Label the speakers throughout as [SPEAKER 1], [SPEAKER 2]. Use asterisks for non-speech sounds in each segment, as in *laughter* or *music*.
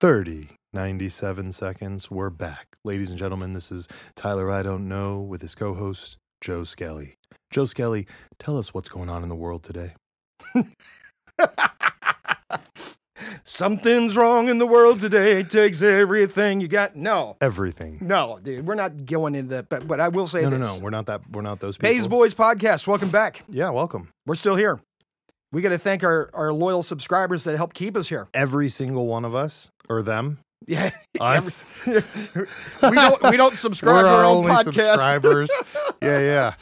[SPEAKER 1] 30, 97 seconds. We're back. Ladies and gentlemen, this is Tyler I Don't Know with his co host, Joe Skelly. Joe Skelly, tell us what's going on in the world today.
[SPEAKER 2] Something's wrong in the world today. It takes everything you got. No,
[SPEAKER 1] Everything.
[SPEAKER 2] no, dude, we're not going into that. But, but I will say
[SPEAKER 1] No, no,
[SPEAKER 2] this.
[SPEAKER 1] no. We're not that. We're not those people.
[SPEAKER 2] Bays Boys Podcast, welcome back.
[SPEAKER 1] Yeah, welcome.
[SPEAKER 2] We're still here. We got to thank our, our loyal subscribers that help keep us here. *laughs*
[SPEAKER 1] Every single one of us or them.
[SPEAKER 2] Yeah,
[SPEAKER 1] Us.
[SPEAKER 2] *laughs* we don't we don't subscribe
[SPEAKER 1] We're
[SPEAKER 2] to
[SPEAKER 1] our
[SPEAKER 2] our own
[SPEAKER 1] only
[SPEAKER 2] podcast. *laughs*
[SPEAKER 1] subscribers. yeah, yeah.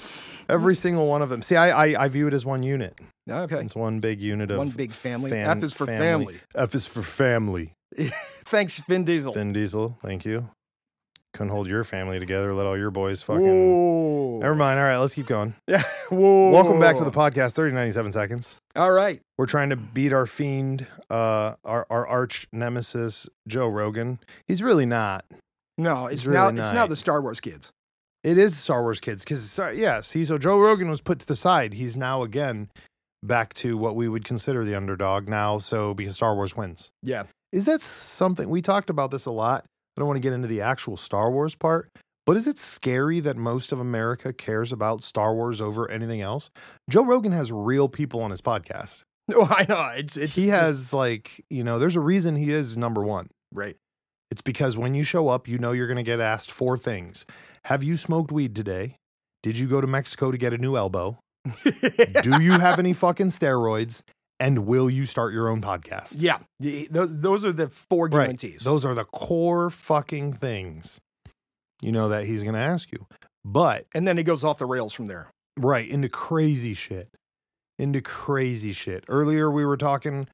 [SPEAKER 1] Every single one of them. See, I, I, I view it as one unit.
[SPEAKER 2] Okay,
[SPEAKER 1] It's one big unit of
[SPEAKER 2] one big family.
[SPEAKER 1] fam-
[SPEAKER 2] F is for family.
[SPEAKER 1] F is for family.
[SPEAKER 2] Thanks, Vin Diesel.
[SPEAKER 1] Vin Diesel, thank you. Couldn't hold your family together. Let all your boys fucking.
[SPEAKER 2] Whoa. *laughs*
[SPEAKER 1] Never mind. All right, let's keep going. *laughs*
[SPEAKER 2] Whoa.
[SPEAKER 1] Welcome back to the podcast. Thirty ninety seven seconds.
[SPEAKER 2] All right.
[SPEAKER 1] We're trying to beat our fiend, uh, our our arch nemesis Joe Rogan. He's really not.
[SPEAKER 2] No,
[SPEAKER 1] It's
[SPEAKER 2] it's, now
[SPEAKER 1] really
[SPEAKER 2] it's now
[SPEAKER 1] nice.
[SPEAKER 2] the Star Wars kids. *laughs*
[SPEAKER 1] It is Star Wars kids because yes, he so Joe Rogan was put to the side. He's now again back to what we would consider the underdog now. So because Star Wars wins.
[SPEAKER 2] Yeah.
[SPEAKER 1] Is that something we talked about this a lot? I don't want to get into the actual Star Wars part, but is it scary that most of America cares about Star Wars over anything else? Joe Rogan has real people on his podcast.
[SPEAKER 2] No, Oh, I know. It's it's
[SPEAKER 1] He has like, you know, there's a reason he is number 1.
[SPEAKER 2] right.
[SPEAKER 1] It's because when you show up, you know you're going to get asked four things. Have you smoked weed today? Did you go to Mexico to get a new elbow? Do you have any fucking steroids? And will you start your own podcast?
[SPEAKER 2] yeah. The- Those those are the four
[SPEAKER 1] Right.
[SPEAKER 2] guarantees.
[SPEAKER 1] Those are the core fucking things, you know, that he's going to ask you. But,
[SPEAKER 2] And then it goes off the rails from there.
[SPEAKER 1] right, into crazy shit. Into crazy shit. Earlier, we were talking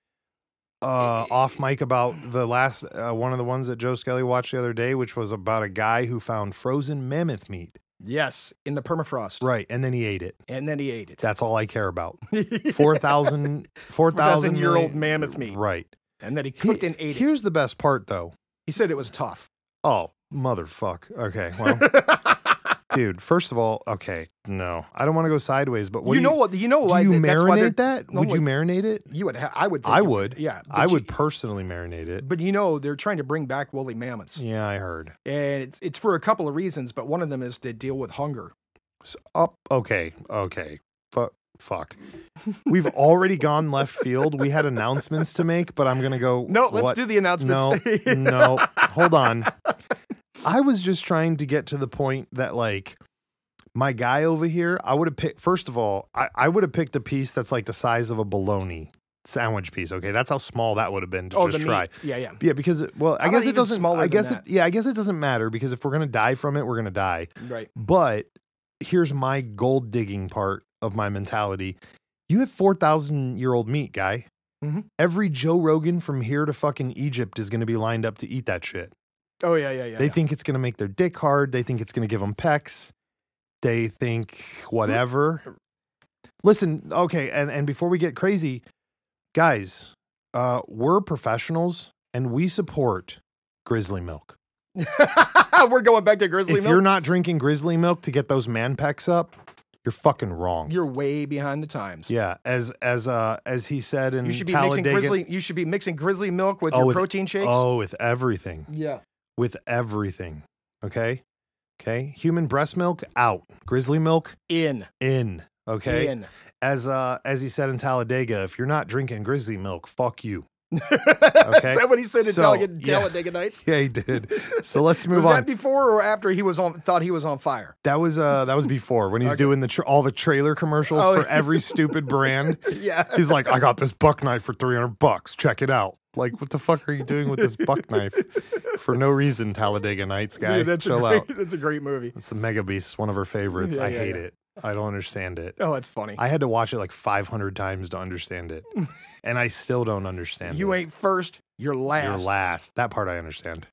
[SPEAKER 1] uh, off mic about the last uh, one of the ones that Joe Skelly watched the other day, which was about a guy who found frozen mammoth meat.
[SPEAKER 2] Yes, in the permafrost.
[SPEAKER 1] Right. And then he ate it.
[SPEAKER 2] And then he ate it.
[SPEAKER 1] That's all I care
[SPEAKER 2] *laughs*
[SPEAKER 1] about. *laughs*
[SPEAKER 2] and
[SPEAKER 1] 4,000 4,000
[SPEAKER 2] year old
[SPEAKER 1] million-
[SPEAKER 2] mammoth meat.
[SPEAKER 1] Right.
[SPEAKER 2] then he cooked
[SPEAKER 1] He-
[SPEAKER 2] and ate it.
[SPEAKER 1] Here's the best part, though.
[SPEAKER 2] He said it was tough.
[SPEAKER 1] Oh, motherfuck. Okay.
[SPEAKER 2] *laughs*
[SPEAKER 1] Well, dude first of all okay no i don't want to go sideways but what
[SPEAKER 2] you
[SPEAKER 1] do
[SPEAKER 2] know what? You know
[SPEAKER 1] do
[SPEAKER 2] why?
[SPEAKER 1] you
[SPEAKER 2] th- that's why they're-
[SPEAKER 1] marinate that
[SPEAKER 2] No,
[SPEAKER 1] would you
[SPEAKER 2] wait.
[SPEAKER 1] marinate it
[SPEAKER 2] You would. Ha- I would. think
[SPEAKER 1] i
[SPEAKER 2] you-
[SPEAKER 1] would
[SPEAKER 2] Yeah.
[SPEAKER 1] i
[SPEAKER 2] but
[SPEAKER 1] would
[SPEAKER 2] you-
[SPEAKER 1] personally marinate it
[SPEAKER 2] But you know they're trying to bring back woolly mammoths,
[SPEAKER 1] yeah i heard
[SPEAKER 2] and it's it's for a couple of reasons. But one of them is to deal with hunger.
[SPEAKER 1] S- up okay okay Fu-
[SPEAKER 2] *laughs*
[SPEAKER 1] fuck we've already gone left field we had announcements to make but i'm gonna go
[SPEAKER 2] No, let's
[SPEAKER 1] what?
[SPEAKER 2] do the announcements. *laughs*
[SPEAKER 1] No, Mm, no. Hold on. I was just trying to get to the point that like my guy over here, I would have picked first of all, I, I would have picked a piece that's like the size of a bologna sandwich piece. Okay. That's how small that would have been to
[SPEAKER 2] oh, the
[SPEAKER 1] just try.
[SPEAKER 2] meat. Yeah, yeah.
[SPEAKER 1] Yeah, because it, well, I
[SPEAKER 2] How about
[SPEAKER 1] guess it
[SPEAKER 2] even
[SPEAKER 1] doesn't.
[SPEAKER 2] smaller
[SPEAKER 1] I
[SPEAKER 2] than
[SPEAKER 1] guess
[SPEAKER 2] that?
[SPEAKER 1] it. Yeah, I guess it doesn't matter because if we're gonna die from it, we're gonna die.
[SPEAKER 2] Right.
[SPEAKER 1] But here's my gold digging part of my mentality. You have 4,000 year old meat, guy.
[SPEAKER 2] Mhm.
[SPEAKER 1] Every Joe Rogan from here to fucking Egypt is going to be lined up to eat that shit.
[SPEAKER 2] Oh yeah, yeah, yeah.
[SPEAKER 1] they
[SPEAKER 2] yeah.
[SPEAKER 1] think it's going to make their dick hard. They think it's going to give them pecs. They think whatever.
[SPEAKER 2] uh,
[SPEAKER 1] Listen, okay. And, and before we get crazy, guys, uh, we're professionals and we support grizzly milk.
[SPEAKER 2] *laughs* We're going back to Grizzly
[SPEAKER 1] if
[SPEAKER 2] Milk.
[SPEAKER 1] you're not drinking grizzly milk to get those man pecs up, you're fucking wrong.
[SPEAKER 2] You're way behind the times.
[SPEAKER 1] Yeah, as as uh as he said in
[SPEAKER 2] You should be mixing
[SPEAKER 1] Talladega.
[SPEAKER 2] grizzly. You should be mixing grizzly milk with
[SPEAKER 1] Oh,
[SPEAKER 2] your
[SPEAKER 1] with-
[SPEAKER 2] protein shakes.
[SPEAKER 1] oh, with everything,
[SPEAKER 2] yeah.
[SPEAKER 1] with everything. Okay, okay. Human breast milk out. Grizzly milk
[SPEAKER 2] In.
[SPEAKER 1] in. Okay. *laughs*
[SPEAKER 2] In.
[SPEAKER 1] As uh as he said in Talladega, if you're not drinking grizzly milk, fuck you. *laughs*
[SPEAKER 2] Is that what he said in
[SPEAKER 1] So,
[SPEAKER 2] Talladega,
[SPEAKER 1] yeah.
[SPEAKER 2] Talladega Nights?
[SPEAKER 1] Yeah, he
[SPEAKER 2] *laughs*
[SPEAKER 1] did. so let's move
[SPEAKER 2] was
[SPEAKER 1] on.
[SPEAKER 2] that before or after he was on? Thought he was on
[SPEAKER 1] *laughs*
[SPEAKER 2] fire.
[SPEAKER 1] that was uh that was before when he's
[SPEAKER 2] Okay.
[SPEAKER 1] doing the tra- all the trailer commercials
[SPEAKER 2] Oh.
[SPEAKER 1] for every stupid brand.
[SPEAKER 2] yeah.
[SPEAKER 1] He's like, I got this buck knife for 300 bucks. Check it out. Like, what the fuck are you doing with this buck knife? For no reason, Talladega Nights, guy.
[SPEAKER 2] *laughs* Dude, that's a
[SPEAKER 1] Chill
[SPEAKER 2] great,
[SPEAKER 1] out.
[SPEAKER 2] That's a great movie.
[SPEAKER 1] It's the Mega Beast, one of her favorites.
[SPEAKER 2] Yeah,
[SPEAKER 1] I
[SPEAKER 2] yeah,
[SPEAKER 1] hate
[SPEAKER 2] yeah.
[SPEAKER 1] it. I don't understand it.
[SPEAKER 2] Oh, that's funny.
[SPEAKER 1] I had to watch it like 500 times to understand
[SPEAKER 2] *laughs*
[SPEAKER 1] it. and I still don't understand
[SPEAKER 2] you
[SPEAKER 1] it.
[SPEAKER 2] ain't first. You're last.
[SPEAKER 1] You're last. That part I understand.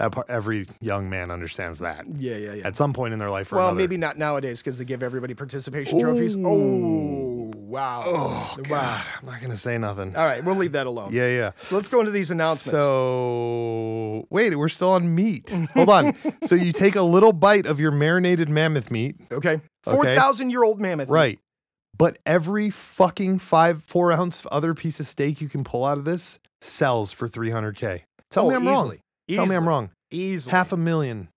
[SPEAKER 1] That part, every young man understands that
[SPEAKER 2] Yeah, yeah, yeah.
[SPEAKER 1] at some point in their life or
[SPEAKER 2] well,
[SPEAKER 1] another.
[SPEAKER 2] maybe not nowadays because they give everybody participation
[SPEAKER 1] Ooh.
[SPEAKER 2] trophies. Oh, wow.
[SPEAKER 1] Oh,
[SPEAKER 2] Wow. Oh.
[SPEAKER 1] God. I'm not going to say nothing.
[SPEAKER 2] All right, we'll leave that alone.
[SPEAKER 1] yeah, yeah.
[SPEAKER 2] So let's go into these announcements. *laughs*
[SPEAKER 1] So wait, we're still on meat. Hold
[SPEAKER 2] *laughs*
[SPEAKER 1] on. so you take a little bite of your marinated mammoth meat,
[SPEAKER 2] Okay.
[SPEAKER 1] Okay.
[SPEAKER 2] 4,000 year old mammoth.
[SPEAKER 1] right? But every fucking five, four ounce other piece of steak you can pull out of this sells for 300K.
[SPEAKER 2] Oh,
[SPEAKER 1] Tell me I'm wrong. Tell me I'm wrong.
[SPEAKER 2] Easily.
[SPEAKER 1] Half a million.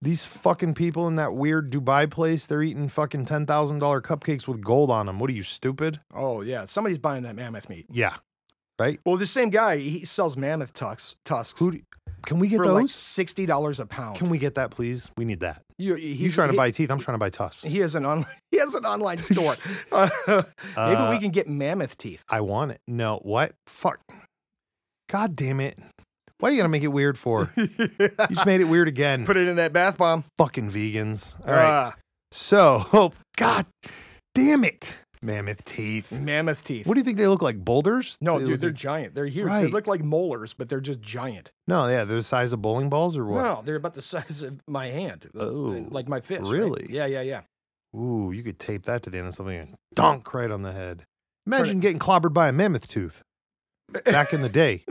[SPEAKER 1] These fucking people in that weird Dubai place, they're eating fucking $10,000 cupcakes with gold on them. What are you, stupid?
[SPEAKER 2] Oh yeah, somebody's buying that mammoth meat.
[SPEAKER 1] Yeah.
[SPEAKER 2] Well, the same guy he sells mammoth tusks tusks
[SPEAKER 1] Who do, can we get
[SPEAKER 2] for
[SPEAKER 1] those?
[SPEAKER 2] like sixty dollars a pound.
[SPEAKER 1] Can we get that, please? We need that.
[SPEAKER 2] you, he's,
[SPEAKER 1] you trying to
[SPEAKER 2] he-
[SPEAKER 1] buy teeth? I'm trying to buy tusks.
[SPEAKER 2] He has an online. *laughs* He has
[SPEAKER 1] *laughs*
[SPEAKER 2] an online store. *laughs* Uh, maybe
[SPEAKER 1] Uh,
[SPEAKER 2] we can get mammoth
[SPEAKER 1] *laughs*
[SPEAKER 2] teeth.
[SPEAKER 1] I want it. No, what? Fuck. God damn it. Why are you gonna make it weird for? You just made it weird again.
[SPEAKER 2] Put it in that bath bomb.
[SPEAKER 1] Fucking vegans. All right.
[SPEAKER 2] Uh,
[SPEAKER 1] So, *laughs* God damn it. Mammoth teeth.
[SPEAKER 2] mammoth teeth.
[SPEAKER 1] What do you think they look like? Boulders? They
[SPEAKER 2] no, dude,
[SPEAKER 1] look
[SPEAKER 2] they're
[SPEAKER 1] like-
[SPEAKER 2] giant. They're huge. They
[SPEAKER 1] Right.
[SPEAKER 2] look like molars, but they're just giant.
[SPEAKER 1] no, yeah, they're the size of bowling balls or what?
[SPEAKER 2] No, they're about the *laughs* size of my hand. the-
[SPEAKER 1] Oh,
[SPEAKER 2] like my fist. right?
[SPEAKER 1] really?
[SPEAKER 2] Yeah,
[SPEAKER 1] *laughs*
[SPEAKER 2] yeah, yeah.
[SPEAKER 1] Ooh, you could tape that to the end of something and donk right on the head.
[SPEAKER 2] it-
[SPEAKER 1] Imagine getting clobbered by a mammoth tooth back in the
[SPEAKER 2] *laughs*
[SPEAKER 1] day.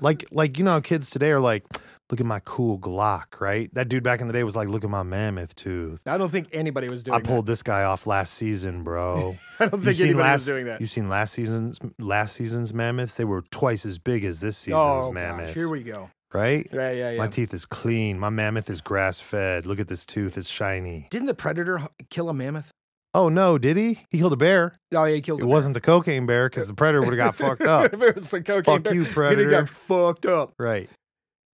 [SPEAKER 1] like like you know how kids today are like, look at my cool Glock, right? That dude back in the day was like, look at my mammoth tooth.
[SPEAKER 2] I don't think anybody was doing.
[SPEAKER 1] I pulled this guy off last season,
[SPEAKER 2] *laughs*
[SPEAKER 1] bro.
[SPEAKER 2] That. *laughs* I don't
[SPEAKER 1] you
[SPEAKER 2] think
[SPEAKER 1] seen
[SPEAKER 2] anybody
[SPEAKER 1] last-
[SPEAKER 2] was doing that.
[SPEAKER 1] you seen last season's last season's mammoths? They were twice as big as this season's
[SPEAKER 2] oh,
[SPEAKER 1] mammoths,
[SPEAKER 2] gosh, here we go.
[SPEAKER 1] right?
[SPEAKER 2] Yeah, yeah, yeah.
[SPEAKER 1] My teeth is clean. My mammoth is grass fed. Look at this tooth; it's shiny.
[SPEAKER 2] Didn't the predator h- kill a mammoth?
[SPEAKER 1] Oh no, did he? He killed a bear.
[SPEAKER 2] Oh, yeah, he killed.
[SPEAKER 1] It
[SPEAKER 2] a bear.
[SPEAKER 1] wasn't the cocaine bear because the predator would have got fucked
[SPEAKER 2] *laughs*
[SPEAKER 1] up.
[SPEAKER 2] if it was the cocaine
[SPEAKER 1] Fuck
[SPEAKER 2] bear, *laughs*
[SPEAKER 1] you,
[SPEAKER 2] he'd
[SPEAKER 1] predator.
[SPEAKER 2] have got fucked up.
[SPEAKER 1] Right.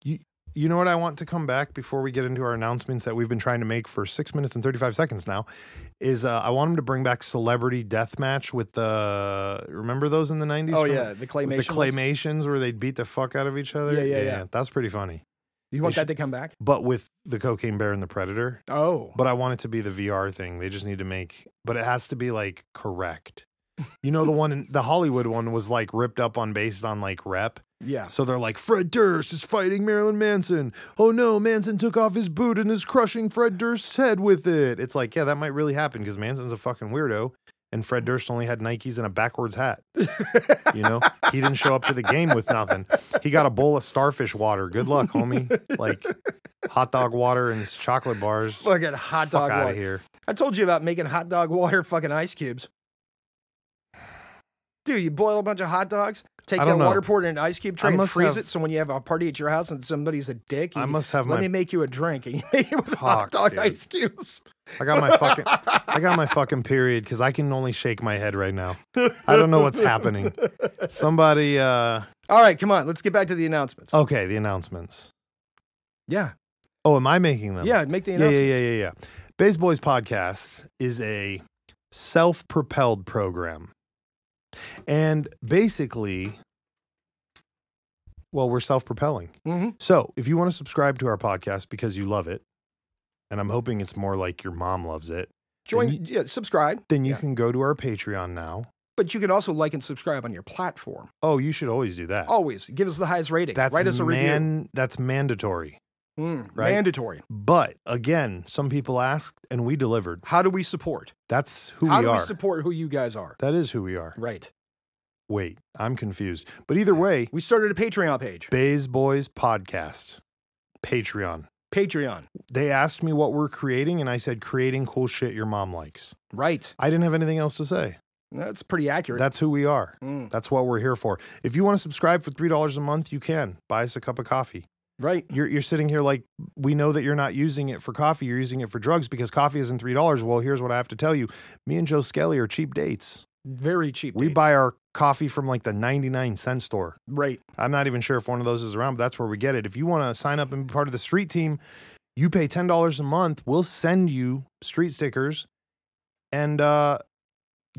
[SPEAKER 1] You you know what I want to come back before we get into our announcements that we've been trying to make for six minutes and thirty five seconds now, is uh, I want him to bring back Celebrity Deathmatch with the remember those in the nineties?
[SPEAKER 2] Oh yeah, the claymation.
[SPEAKER 1] the
[SPEAKER 2] ones.
[SPEAKER 1] claymations where they'd beat the fuck out of each other.
[SPEAKER 2] Yeah, yeah, yeah.
[SPEAKER 1] That's pretty funny.
[SPEAKER 2] You want
[SPEAKER 1] They
[SPEAKER 2] that to come back?
[SPEAKER 1] But with the cocaine bear and the predator.
[SPEAKER 2] Oh,
[SPEAKER 1] But I want it to be the VR thing. They just need to make, but it has to be like correct. You know the one, in, the Hollywood one was like ripped up on based on like rep.
[SPEAKER 2] yeah.
[SPEAKER 1] So they're like, Fred Durst is fighting Marilyn Manson. Oh no, Manson took off his boot and is crushing Fred Durst's head with it. It's like, yeah, that might really happen because Manson's a fucking weirdo, and Fred Durst only had Nikes and a backwards hat. You know, he didn't show up to the game with nothing. He got a bowl of starfish water. Good luck, homie. Like hot dog water and chocolate bars.
[SPEAKER 2] *laughs* Fucking hot dog
[SPEAKER 1] Fuck out
[SPEAKER 2] water.
[SPEAKER 1] of here.
[SPEAKER 2] I told you about making hot dog water fucking ice cubes. Dude, you boil a bunch of hot dogs, take
[SPEAKER 1] I
[SPEAKER 2] that
[SPEAKER 1] don't know.
[SPEAKER 2] water, pour it in an ice cube
[SPEAKER 1] I
[SPEAKER 2] tray, and
[SPEAKER 1] must
[SPEAKER 2] freeze
[SPEAKER 1] have-
[SPEAKER 2] it. So when you have a party at your house and somebody's a dick, you,
[SPEAKER 1] I must have
[SPEAKER 2] let
[SPEAKER 1] my.
[SPEAKER 2] me make you a drink, and *laughs* you make it with hot
[SPEAKER 1] Fuck,
[SPEAKER 2] dog
[SPEAKER 1] dude.
[SPEAKER 2] ice cubes.
[SPEAKER 1] I got my fucking.
[SPEAKER 2] *laughs*
[SPEAKER 1] I got my fucking period because I can only shake my head right now. I don't know what's happening. Somebody. uh
[SPEAKER 2] *laughs* All right, come on, let's get back to the announcements.
[SPEAKER 1] Okay, the announcements.
[SPEAKER 2] yeah,
[SPEAKER 1] Oh, am I making them?
[SPEAKER 2] yeah, make the
[SPEAKER 1] Yeah, yeah,
[SPEAKER 2] announcements.
[SPEAKER 1] yeah, yeah, yeah. Bays Boys Podcast is a self propelled program. And basically, well, we're self propelling.
[SPEAKER 2] hmm
[SPEAKER 1] So if you want to subscribe to our podcast because you love it, and I'm hoping it's more like your mom loves it,
[SPEAKER 2] Join,
[SPEAKER 1] you-
[SPEAKER 2] yeah, subscribe,
[SPEAKER 1] then you
[SPEAKER 2] Yeah.
[SPEAKER 1] can go to our Patreon now.
[SPEAKER 2] but you can also like and subscribe on your platform.
[SPEAKER 1] Oh, you should always do that.
[SPEAKER 2] Always give us the highest rating.
[SPEAKER 1] that's
[SPEAKER 2] Write us a review.
[SPEAKER 1] man, That's mandatory.
[SPEAKER 2] Mm,
[SPEAKER 1] right?
[SPEAKER 2] Mandatory.
[SPEAKER 1] But again, some people asked and we delivered.
[SPEAKER 2] How do we support?
[SPEAKER 1] That's who
[SPEAKER 2] How
[SPEAKER 1] we
[SPEAKER 2] do
[SPEAKER 1] are.
[SPEAKER 2] we support who you guys are?
[SPEAKER 1] that is who we are.
[SPEAKER 2] Right.
[SPEAKER 1] Wait, I'm confused. But either way,
[SPEAKER 2] We started a Patreon page.
[SPEAKER 1] Bays Boys Podcast, Patreon.
[SPEAKER 2] Patreon.
[SPEAKER 1] They asked me what we're creating, and I said, creating cool shit your mom likes.
[SPEAKER 2] Right.
[SPEAKER 1] I didn't have anything else to say.
[SPEAKER 2] That's pretty accurate.
[SPEAKER 1] That's who we are.
[SPEAKER 2] Mm,
[SPEAKER 1] That's what we're here for. If you want to subscribe for $3 a month, you can. Buy us a cup of coffee.
[SPEAKER 2] right.
[SPEAKER 1] You're, you're sitting here like, we know that you're not using it for coffee. You're using it for drugs because coffee isn't $3. Well, here's what I have to tell you me and Joe Skelly are cheap dates.
[SPEAKER 2] Very cheap.
[SPEAKER 1] We
[SPEAKER 2] dates.
[SPEAKER 1] buy our coffee from like the 99 cent store.
[SPEAKER 2] Right.
[SPEAKER 1] I'm not even sure if one of those is around, but that's where we get it. If you want to sign up and be part of the street team, you pay ten dollars a month. We'll send you street stickers, and uh,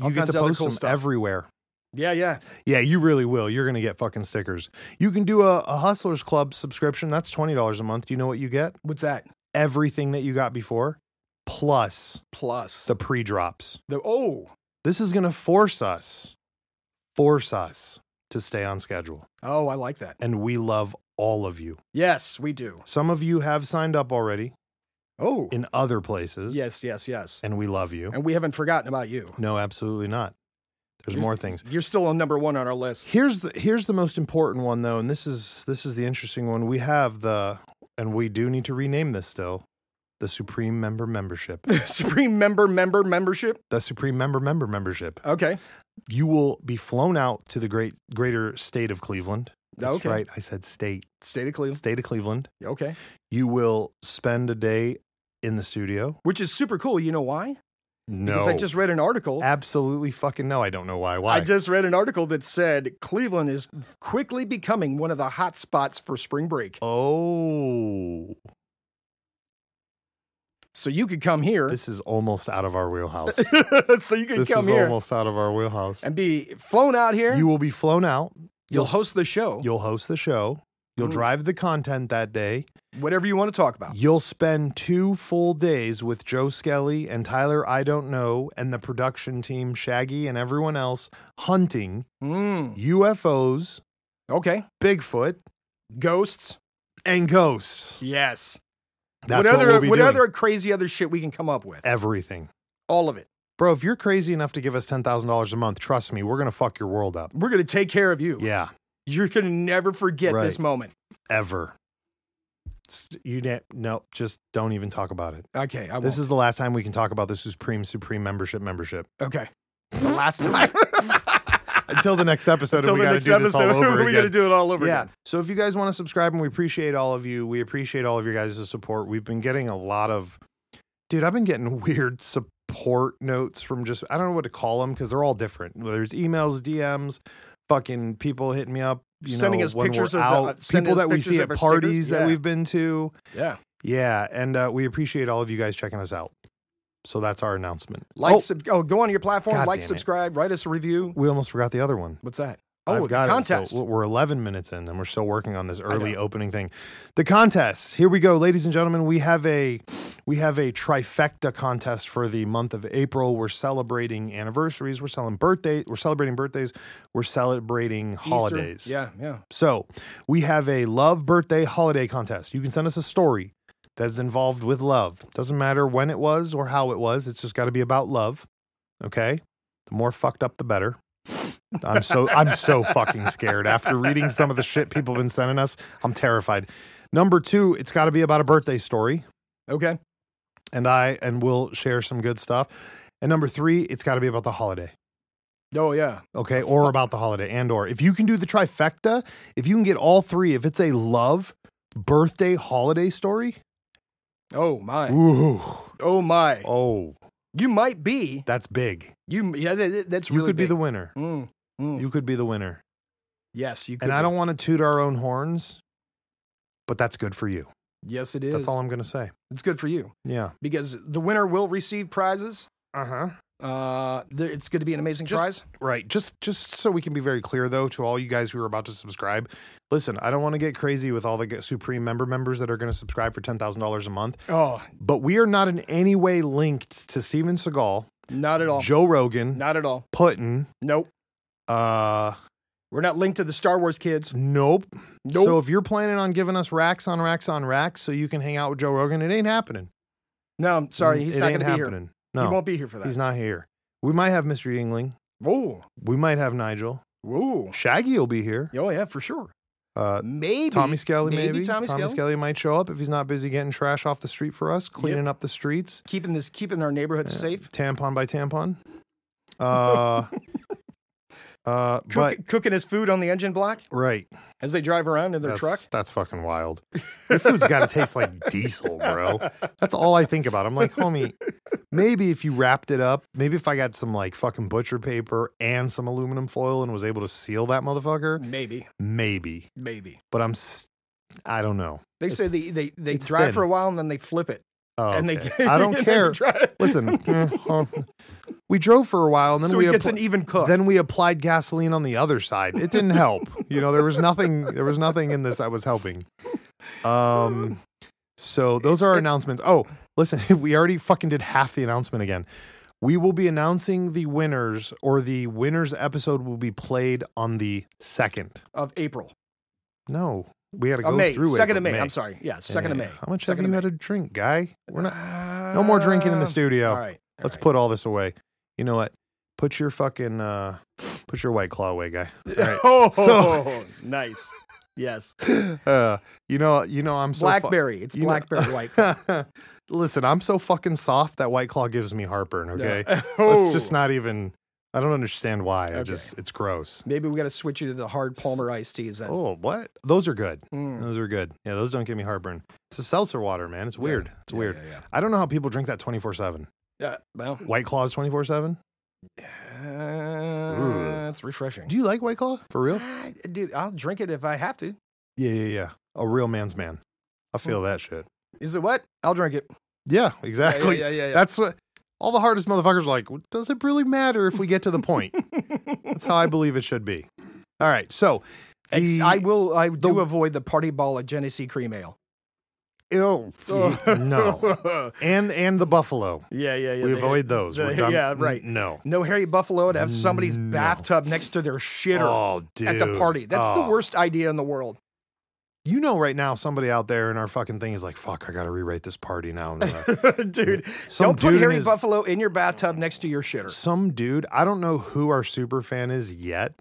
[SPEAKER 2] All
[SPEAKER 1] you get
[SPEAKER 2] kinds
[SPEAKER 1] to
[SPEAKER 2] of other
[SPEAKER 1] post
[SPEAKER 2] cool
[SPEAKER 1] them
[SPEAKER 2] stuff.
[SPEAKER 1] everywhere.
[SPEAKER 2] Yeah, yeah.
[SPEAKER 1] Yeah, you really will. You're gonna get fucking stickers. You can do a, a Hustlers Club subscription. That's twenty dollars a month. Do you know what you get?
[SPEAKER 2] What's that?
[SPEAKER 1] Everything that you got before, plus
[SPEAKER 2] Plus.
[SPEAKER 1] the pre drops.
[SPEAKER 2] The- oh.
[SPEAKER 1] This is gonna force us, force us to stay on schedule,
[SPEAKER 2] Oh, I like that.
[SPEAKER 1] and we love all of you.
[SPEAKER 2] Yes, we do.
[SPEAKER 1] Some of you have signed up already
[SPEAKER 2] Oh.
[SPEAKER 1] in other places.
[SPEAKER 2] Yes, yes, yes.
[SPEAKER 1] And we love you.
[SPEAKER 2] And we haven't forgotten about you.
[SPEAKER 1] No, absolutely not. There's
[SPEAKER 2] You're-
[SPEAKER 1] more things.
[SPEAKER 2] You're still on number one on our list. *laughs*
[SPEAKER 1] Here's the here's the most important one though, and this is this is the interesting one. We have the and we do need to rename this still. The Supreme Member
[SPEAKER 2] *laughs*
[SPEAKER 1] membership.
[SPEAKER 2] Supreme member member membership.
[SPEAKER 1] The Supreme Member member membership.
[SPEAKER 2] Okay.
[SPEAKER 1] You will be flown out to the great greater state of Cleveland. That's
[SPEAKER 2] Okay.
[SPEAKER 1] right. I said state.
[SPEAKER 2] State of Cleveland.
[SPEAKER 1] State of Cleveland.
[SPEAKER 2] Okay.
[SPEAKER 1] You will spend a day in the studio.
[SPEAKER 2] Which is super cool. You know why?
[SPEAKER 1] No.
[SPEAKER 2] Because I just read an article.
[SPEAKER 1] absolutely fucking no. I don't know why. Why?
[SPEAKER 2] I just read an article that said Cleveland is quickly becoming one of the hot spots for spring break.
[SPEAKER 1] oh.
[SPEAKER 2] So you could come here.
[SPEAKER 1] This is almost out of our wheelhouse.
[SPEAKER 2] *laughs* so *laughs* you could
[SPEAKER 1] this
[SPEAKER 2] come
[SPEAKER 1] is
[SPEAKER 2] here
[SPEAKER 1] almost out of our wheelhouse.
[SPEAKER 2] and be flown out here.
[SPEAKER 1] You will be flown out.
[SPEAKER 2] You'll host the show,
[SPEAKER 1] You'll host the show. You'll
[SPEAKER 2] Mm.
[SPEAKER 1] drive the content that day.
[SPEAKER 2] whatever you want to talk about.
[SPEAKER 1] You'll spend two full days with Joe Skelly and Tyler I Don't Know and the production team, Shaggy and everyone else, hunting
[SPEAKER 2] Mm,
[SPEAKER 1] UFOs,
[SPEAKER 2] okay.
[SPEAKER 1] Bigfoot,
[SPEAKER 2] Ghosts.
[SPEAKER 1] and ghosts.
[SPEAKER 2] Yes.
[SPEAKER 1] That's
[SPEAKER 2] what other
[SPEAKER 1] we'll be
[SPEAKER 2] what
[SPEAKER 1] doing.
[SPEAKER 2] other crazy other shit we can come up with?
[SPEAKER 1] Everything.
[SPEAKER 2] All of it.
[SPEAKER 1] Bro, if you're crazy enough to give us $10,000 a month, trust me, we're going to fuck your world up.
[SPEAKER 2] We're gonna take care of you.
[SPEAKER 1] Yeah,
[SPEAKER 2] You're gonna never forget this
[SPEAKER 1] Right.
[SPEAKER 2] moment.
[SPEAKER 1] ever. It's- You na- no, just don't even talk about it.
[SPEAKER 2] Okay, I
[SPEAKER 1] This
[SPEAKER 2] won't.
[SPEAKER 1] is the last time we can talk about this Supreme Supreme membership membership.
[SPEAKER 2] okay. The last *laughs* time.
[SPEAKER 1] Until the
[SPEAKER 2] *laughs*
[SPEAKER 1] next episode,
[SPEAKER 2] Until
[SPEAKER 1] and we
[SPEAKER 2] the
[SPEAKER 1] got to
[SPEAKER 2] next
[SPEAKER 1] do this
[SPEAKER 2] *laughs*
[SPEAKER 1] all
[SPEAKER 2] episode,
[SPEAKER 1] over
[SPEAKER 2] we got to
[SPEAKER 1] again.
[SPEAKER 2] do it all over
[SPEAKER 1] yeah.
[SPEAKER 2] again.
[SPEAKER 1] So if you guys want to subscribe, and we appreciate all of you, we appreciate all of your guys' support. We've been getting a lot of, dude, I've been getting *laughs* weird support notes from just I don't know what to call them because they're all different. Whether it's emails, DMs, fucking people hitting me up, you
[SPEAKER 2] Sending
[SPEAKER 1] know,
[SPEAKER 2] us
[SPEAKER 1] when we're
[SPEAKER 2] pictures of the- uh,
[SPEAKER 1] out,
[SPEAKER 2] sending
[SPEAKER 1] people
[SPEAKER 2] us
[SPEAKER 1] that we
[SPEAKER 2] pictures
[SPEAKER 1] see at
[SPEAKER 2] of our stickers.
[SPEAKER 1] parties that
[SPEAKER 2] Yeah.
[SPEAKER 1] we've been to.
[SPEAKER 2] Yeah.
[SPEAKER 1] Yeah, and uh, we appreciate all of you guys checking us out. So that's our announcement.
[SPEAKER 2] Like,
[SPEAKER 1] Oh,
[SPEAKER 2] oh, oh go on your platform,
[SPEAKER 1] God
[SPEAKER 2] like,
[SPEAKER 1] damn it.
[SPEAKER 2] subscribe, write us a review.
[SPEAKER 1] we almost forgot the other one.
[SPEAKER 2] What's that?
[SPEAKER 1] I've
[SPEAKER 2] Oh, the
[SPEAKER 1] got it. So
[SPEAKER 2] contest.
[SPEAKER 1] w- we're 11 minutes in, and we're still working on this early
[SPEAKER 2] know.
[SPEAKER 1] opening thing. The contest. Here we go, ladies and gentlemen. We have a we have a trifecta contest for the month of April. We're celebrating anniversaries. We're selling birthday. We're celebrating birthdays. We're celebrating
[SPEAKER 2] Easter.
[SPEAKER 1] holidays.
[SPEAKER 2] Yeah, yeah.
[SPEAKER 1] So we have a love birthday holiday contest. You can send us a story that's involved with love. Doesn't matter when it was or how it was. It's just got to be about love. Okay. The more fucked up, the better. I'm so I'm so fucking scared after reading some of the shit people have been sending us. I'm terrified. Number two, it's got to be about a birthday story,
[SPEAKER 2] Okay.
[SPEAKER 1] and I and we'll share some good stuff. And number three, it's got to be about the holiday.
[SPEAKER 2] Oh, yeah.
[SPEAKER 1] Okay, or about the holiday, and or if you can do the trifecta, if you can get all three, if it's a love birthday holiday story,
[SPEAKER 2] Oh, my.
[SPEAKER 1] ooh,
[SPEAKER 2] Oh, my.
[SPEAKER 1] oh,
[SPEAKER 2] You might be.
[SPEAKER 1] that's big.
[SPEAKER 2] You. Yeah, that- that- that's
[SPEAKER 1] You
[SPEAKER 2] really
[SPEAKER 1] could be
[SPEAKER 2] big.
[SPEAKER 1] the winner.
[SPEAKER 2] Mm, mm.
[SPEAKER 1] You could be the winner.
[SPEAKER 2] yes, you could.
[SPEAKER 1] And I
[SPEAKER 2] be.
[SPEAKER 1] don't want to toot our own horns, but that's good for you.
[SPEAKER 2] Yes, it is.
[SPEAKER 1] That's all I'm gonna say.
[SPEAKER 2] It's good for you
[SPEAKER 1] Yeah.
[SPEAKER 2] because the winner will receive prizes.
[SPEAKER 1] Uh huh.
[SPEAKER 2] Uh, there, it's going to be an amazing
[SPEAKER 1] Just-
[SPEAKER 2] prize.
[SPEAKER 1] Right. Just just so we can be very clear though to all you guys who are about to subscribe. Listen, I don't want to get crazy with all the g- Supreme member members that are going to subscribe for $10,000 a month,
[SPEAKER 2] Oh,
[SPEAKER 1] but we are not in any way linked to Steven Seagal,
[SPEAKER 2] not at all.
[SPEAKER 1] Joe Rogan,
[SPEAKER 2] Not at all.
[SPEAKER 1] Putin,
[SPEAKER 2] Nope.
[SPEAKER 1] uh
[SPEAKER 2] We're not linked to the Star Wars kids.
[SPEAKER 1] nope.
[SPEAKER 2] Nope.
[SPEAKER 1] So if you're planning on giving us racks on racks on racks so you can hang out with Joe Rogan, it ain't happening.
[SPEAKER 2] no, I'm sorry. He's
[SPEAKER 1] it
[SPEAKER 2] not
[SPEAKER 1] ain't
[SPEAKER 2] going to be here.
[SPEAKER 1] happening. No.
[SPEAKER 2] He won't be here for that.
[SPEAKER 1] He's not here. We might have Mr. Yingling.
[SPEAKER 2] Whoa.
[SPEAKER 1] We might have Nigel.
[SPEAKER 2] Whoa.
[SPEAKER 1] Shaggy will be here.
[SPEAKER 2] Oh, yeah, for sure.
[SPEAKER 1] Uh,
[SPEAKER 2] Maybe.
[SPEAKER 1] Tommy Skelly,
[SPEAKER 2] Maybe
[SPEAKER 1] maybe.
[SPEAKER 2] Tommy Skelly.
[SPEAKER 1] might show up if he's not busy getting trash off the street for us, cleaning up the streets,
[SPEAKER 2] Keeping this, keeping our neighborhoods
[SPEAKER 1] Yeah.
[SPEAKER 2] safe.
[SPEAKER 1] tampon by tampon.
[SPEAKER 2] *laughs*
[SPEAKER 1] Uh, uh,
[SPEAKER 2] Cook,
[SPEAKER 1] but
[SPEAKER 2] cooking his food on the engine block
[SPEAKER 1] right,
[SPEAKER 2] as they drive around in their
[SPEAKER 1] that's,
[SPEAKER 2] truck.
[SPEAKER 1] That's fucking wild. Your food's got to taste like diesel, bro. That's all I think about. I'm like, homie, maybe if you wrapped it up, maybe if I got some like fucking butcher paper and some aluminum foil and was able to seal that motherfucker,
[SPEAKER 2] Maybe.
[SPEAKER 1] maybe.
[SPEAKER 2] Maybe.
[SPEAKER 1] But I'm, s- I don't know.
[SPEAKER 2] They
[SPEAKER 1] It's-
[SPEAKER 2] say they they, they
[SPEAKER 1] it's
[SPEAKER 2] drive for
[SPEAKER 1] thin.
[SPEAKER 2] a while and then they flip it.
[SPEAKER 1] Oh,
[SPEAKER 2] and
[SPEAKER 1] okay.
[SPEAKER 2] *laughs* they
[SPEAKER 1] I don't
[SPEAKER 2] and then
[SPEAKER 1] care.
[SPEAKER 2] they drive-
[SPEAKER 1] Listen, *laughs*
[SPEAKER 2] *laughs*
[SPEAKER 1] mm, uh, we drove for a while and then
[SPEAKER 2] so
[SPEAKER 1] we
[SPEAKER 2] it gets
[SPEAKER 1] appl-
[SPEAKER 2] an even cook.
[SPEAKER 1] then we applied gasoline on the other side. It didn't
[SPEAKER 2] *laughs*
[SPEAKER 1] help. you know, there was nothing. There was nothing in this that was helping. Um, so those are our announcements. Oh, listen, *laughs* we already fucking did half the announcement again. We will be announcing the winners, or the winners episode will be played on the second.
[SPEAKER 2] of April.
[SPEAKER 1] No, we had to
[SPEAKER 2] Of
[SPEAKER 1] go
[SPEAKER 2] May.
[SPEAKER 1] through it.
[SPEAKER 2] Second
[SPEAKER 1] but
[SPEAKER 2] of May. I'm sorry. Yeah, second of
[SPEAKER 1] Yeah.
[SPEAKER 2] May. Uh,
[SPEAKER 1] How much
[SPEAKER 2] second
[SPEAKER 1] have you
[SPEAKER 2] of
[SPEAKER 1] had to drink, guy? We're not.
[SPEAKER 2] not
[SPEAKER 1] No more drinking in the studio.
[SPEAKER 2] Ah, All right. all
[SPEAKER 1] Let's
[SPEAKER 2] right.
[SPEAKER 1] put all this away. You know what? Put your fucking uh put your white claw away, guy. All right.
[SPEAKER 2] *laughs* *laughs* Oh,
[SPEAKER 1] So-
[SPEAKER 2] nice. Yes.
[SPEAKER 1] Uh, you know, you know I'm *laughs* so fu-
[SPEAKER 2] Blackberry. it's
[SPEAKER 1] you know- *laughs*
[SPEAKER 2] blackberry white.
[SPEAKER 1] listen, I'm so fucking soft that White Claw gives me heartburn.
[SPEAKER 2] No.
[SPEAKER 1] Okay,
[SPEAKER 2] *laughs* Oh.
[SPEAKER 1] let's just not even. I don't understand why. I
[SPEAKER 2] Okay.
[SPEAKER 1] just it's gross.
[SPEAKER 2] Maybe we got to switch you to the hard Palmer iced teas then.
[SPEAKER 1] Oh, what? Those are good.
[SPEAKER 2] Uh, Mm.
[SPEAKER 1] Those are good. Yeah, those don't give me heartburn. It's a seltzer water, man. It's
[SPEAKER 2] Yeah.
[SPEAKER 1] weird. It's
[SPEAKER 2] Yeah,
[SPEAKER 1] weird.
[SPEAKER 2] Yeah, yeah.
[SPEAKER 1] I don't know how people drink that 24 7.
[SPEAKER 2] Yeah, Uh, well,
[SPEAKER 1] White Claw is 24 7.
[SPEAKER 2] uh, it's refreshing.
[SPEAKER 1] Do you like White Claw? For real?
[SPEAKER 2] I- dude, I'll drink it if I have to.
[SPEAKER 1] Yeah, yeah, yeah. A real man's man. I
[SPEAKER 2] Mm.
[SPEAKER 1] feel that shit.
[SPEAKER 2] Is it what? I'll drink it.
[SPEAKER 1] Yeah,
[SPEAKER 2] Yeah,
[SPEAKER 1] exactly.
[SPEAKER 2] Yeah, yeah, yeah.
[SPEAKER 1] That's what all the hardest motherfuckers are like. "Well, Does it really matter if we get to the point? *laughs* That's
[SPEAKER 2] *laughs*
[SPEAKER 1] how I believe it should be. All right. So,
[SPEAKER 2] Ex-
[SPEAKER 1] the,
[SPEAKER 2] I
[SPEAKER 1] *laughs*
[SPEAKER 2] will. I do
[SPEAKER 1] the-
[SPEAKER 2] avoid the party ball of Genesee cream ale.
[SPEAKER 1] ew, oh, no. And and the buffalo.
[SPEAKER 2] *laughs* yeah, Oh. yeah, yeah.
[SPEAKER 1] we
[SPEAKER 2] they-
[SPEAKER 1] avoid those.
[SPEAKER 2] the-
[SPEAKER 1] We're done.
[SPEAKER 2] *laughs* yeah, right.
[SPEAKER 1] No.
[SPEAKER 2] No hairy buffalo to have somebody's
[SPEAKER 1] No.
[SPEAKER 2] bathtub next to their shitter
[SPEAKER 1] Oh, dude.
[SPEAKER 2] at the party. That's the
[SPEAKER 1] Oh.
[SPEAKER 2] worst idea in the world.
[SPEAKER 1] *laughs* You know, right now, somebody out there in our fucking thing is like, "Fuck, I got to rewrite this party now." And,
[SPEAKER 2] *laughs*
[SPEAKER 1] uh,
[SPEAKER 2] dude,
[SPEAKER 1] some
[SPEAKER 2] don't put
[SPEAKER 1] dude in
[SPEAKER 2] hairy
[SPEAKER 1] his-
[SPEAKER 2] buffalo in your bathtub next to your shitter.
[SPEAKER 1] Some dude, I don't know who our super fan is yet,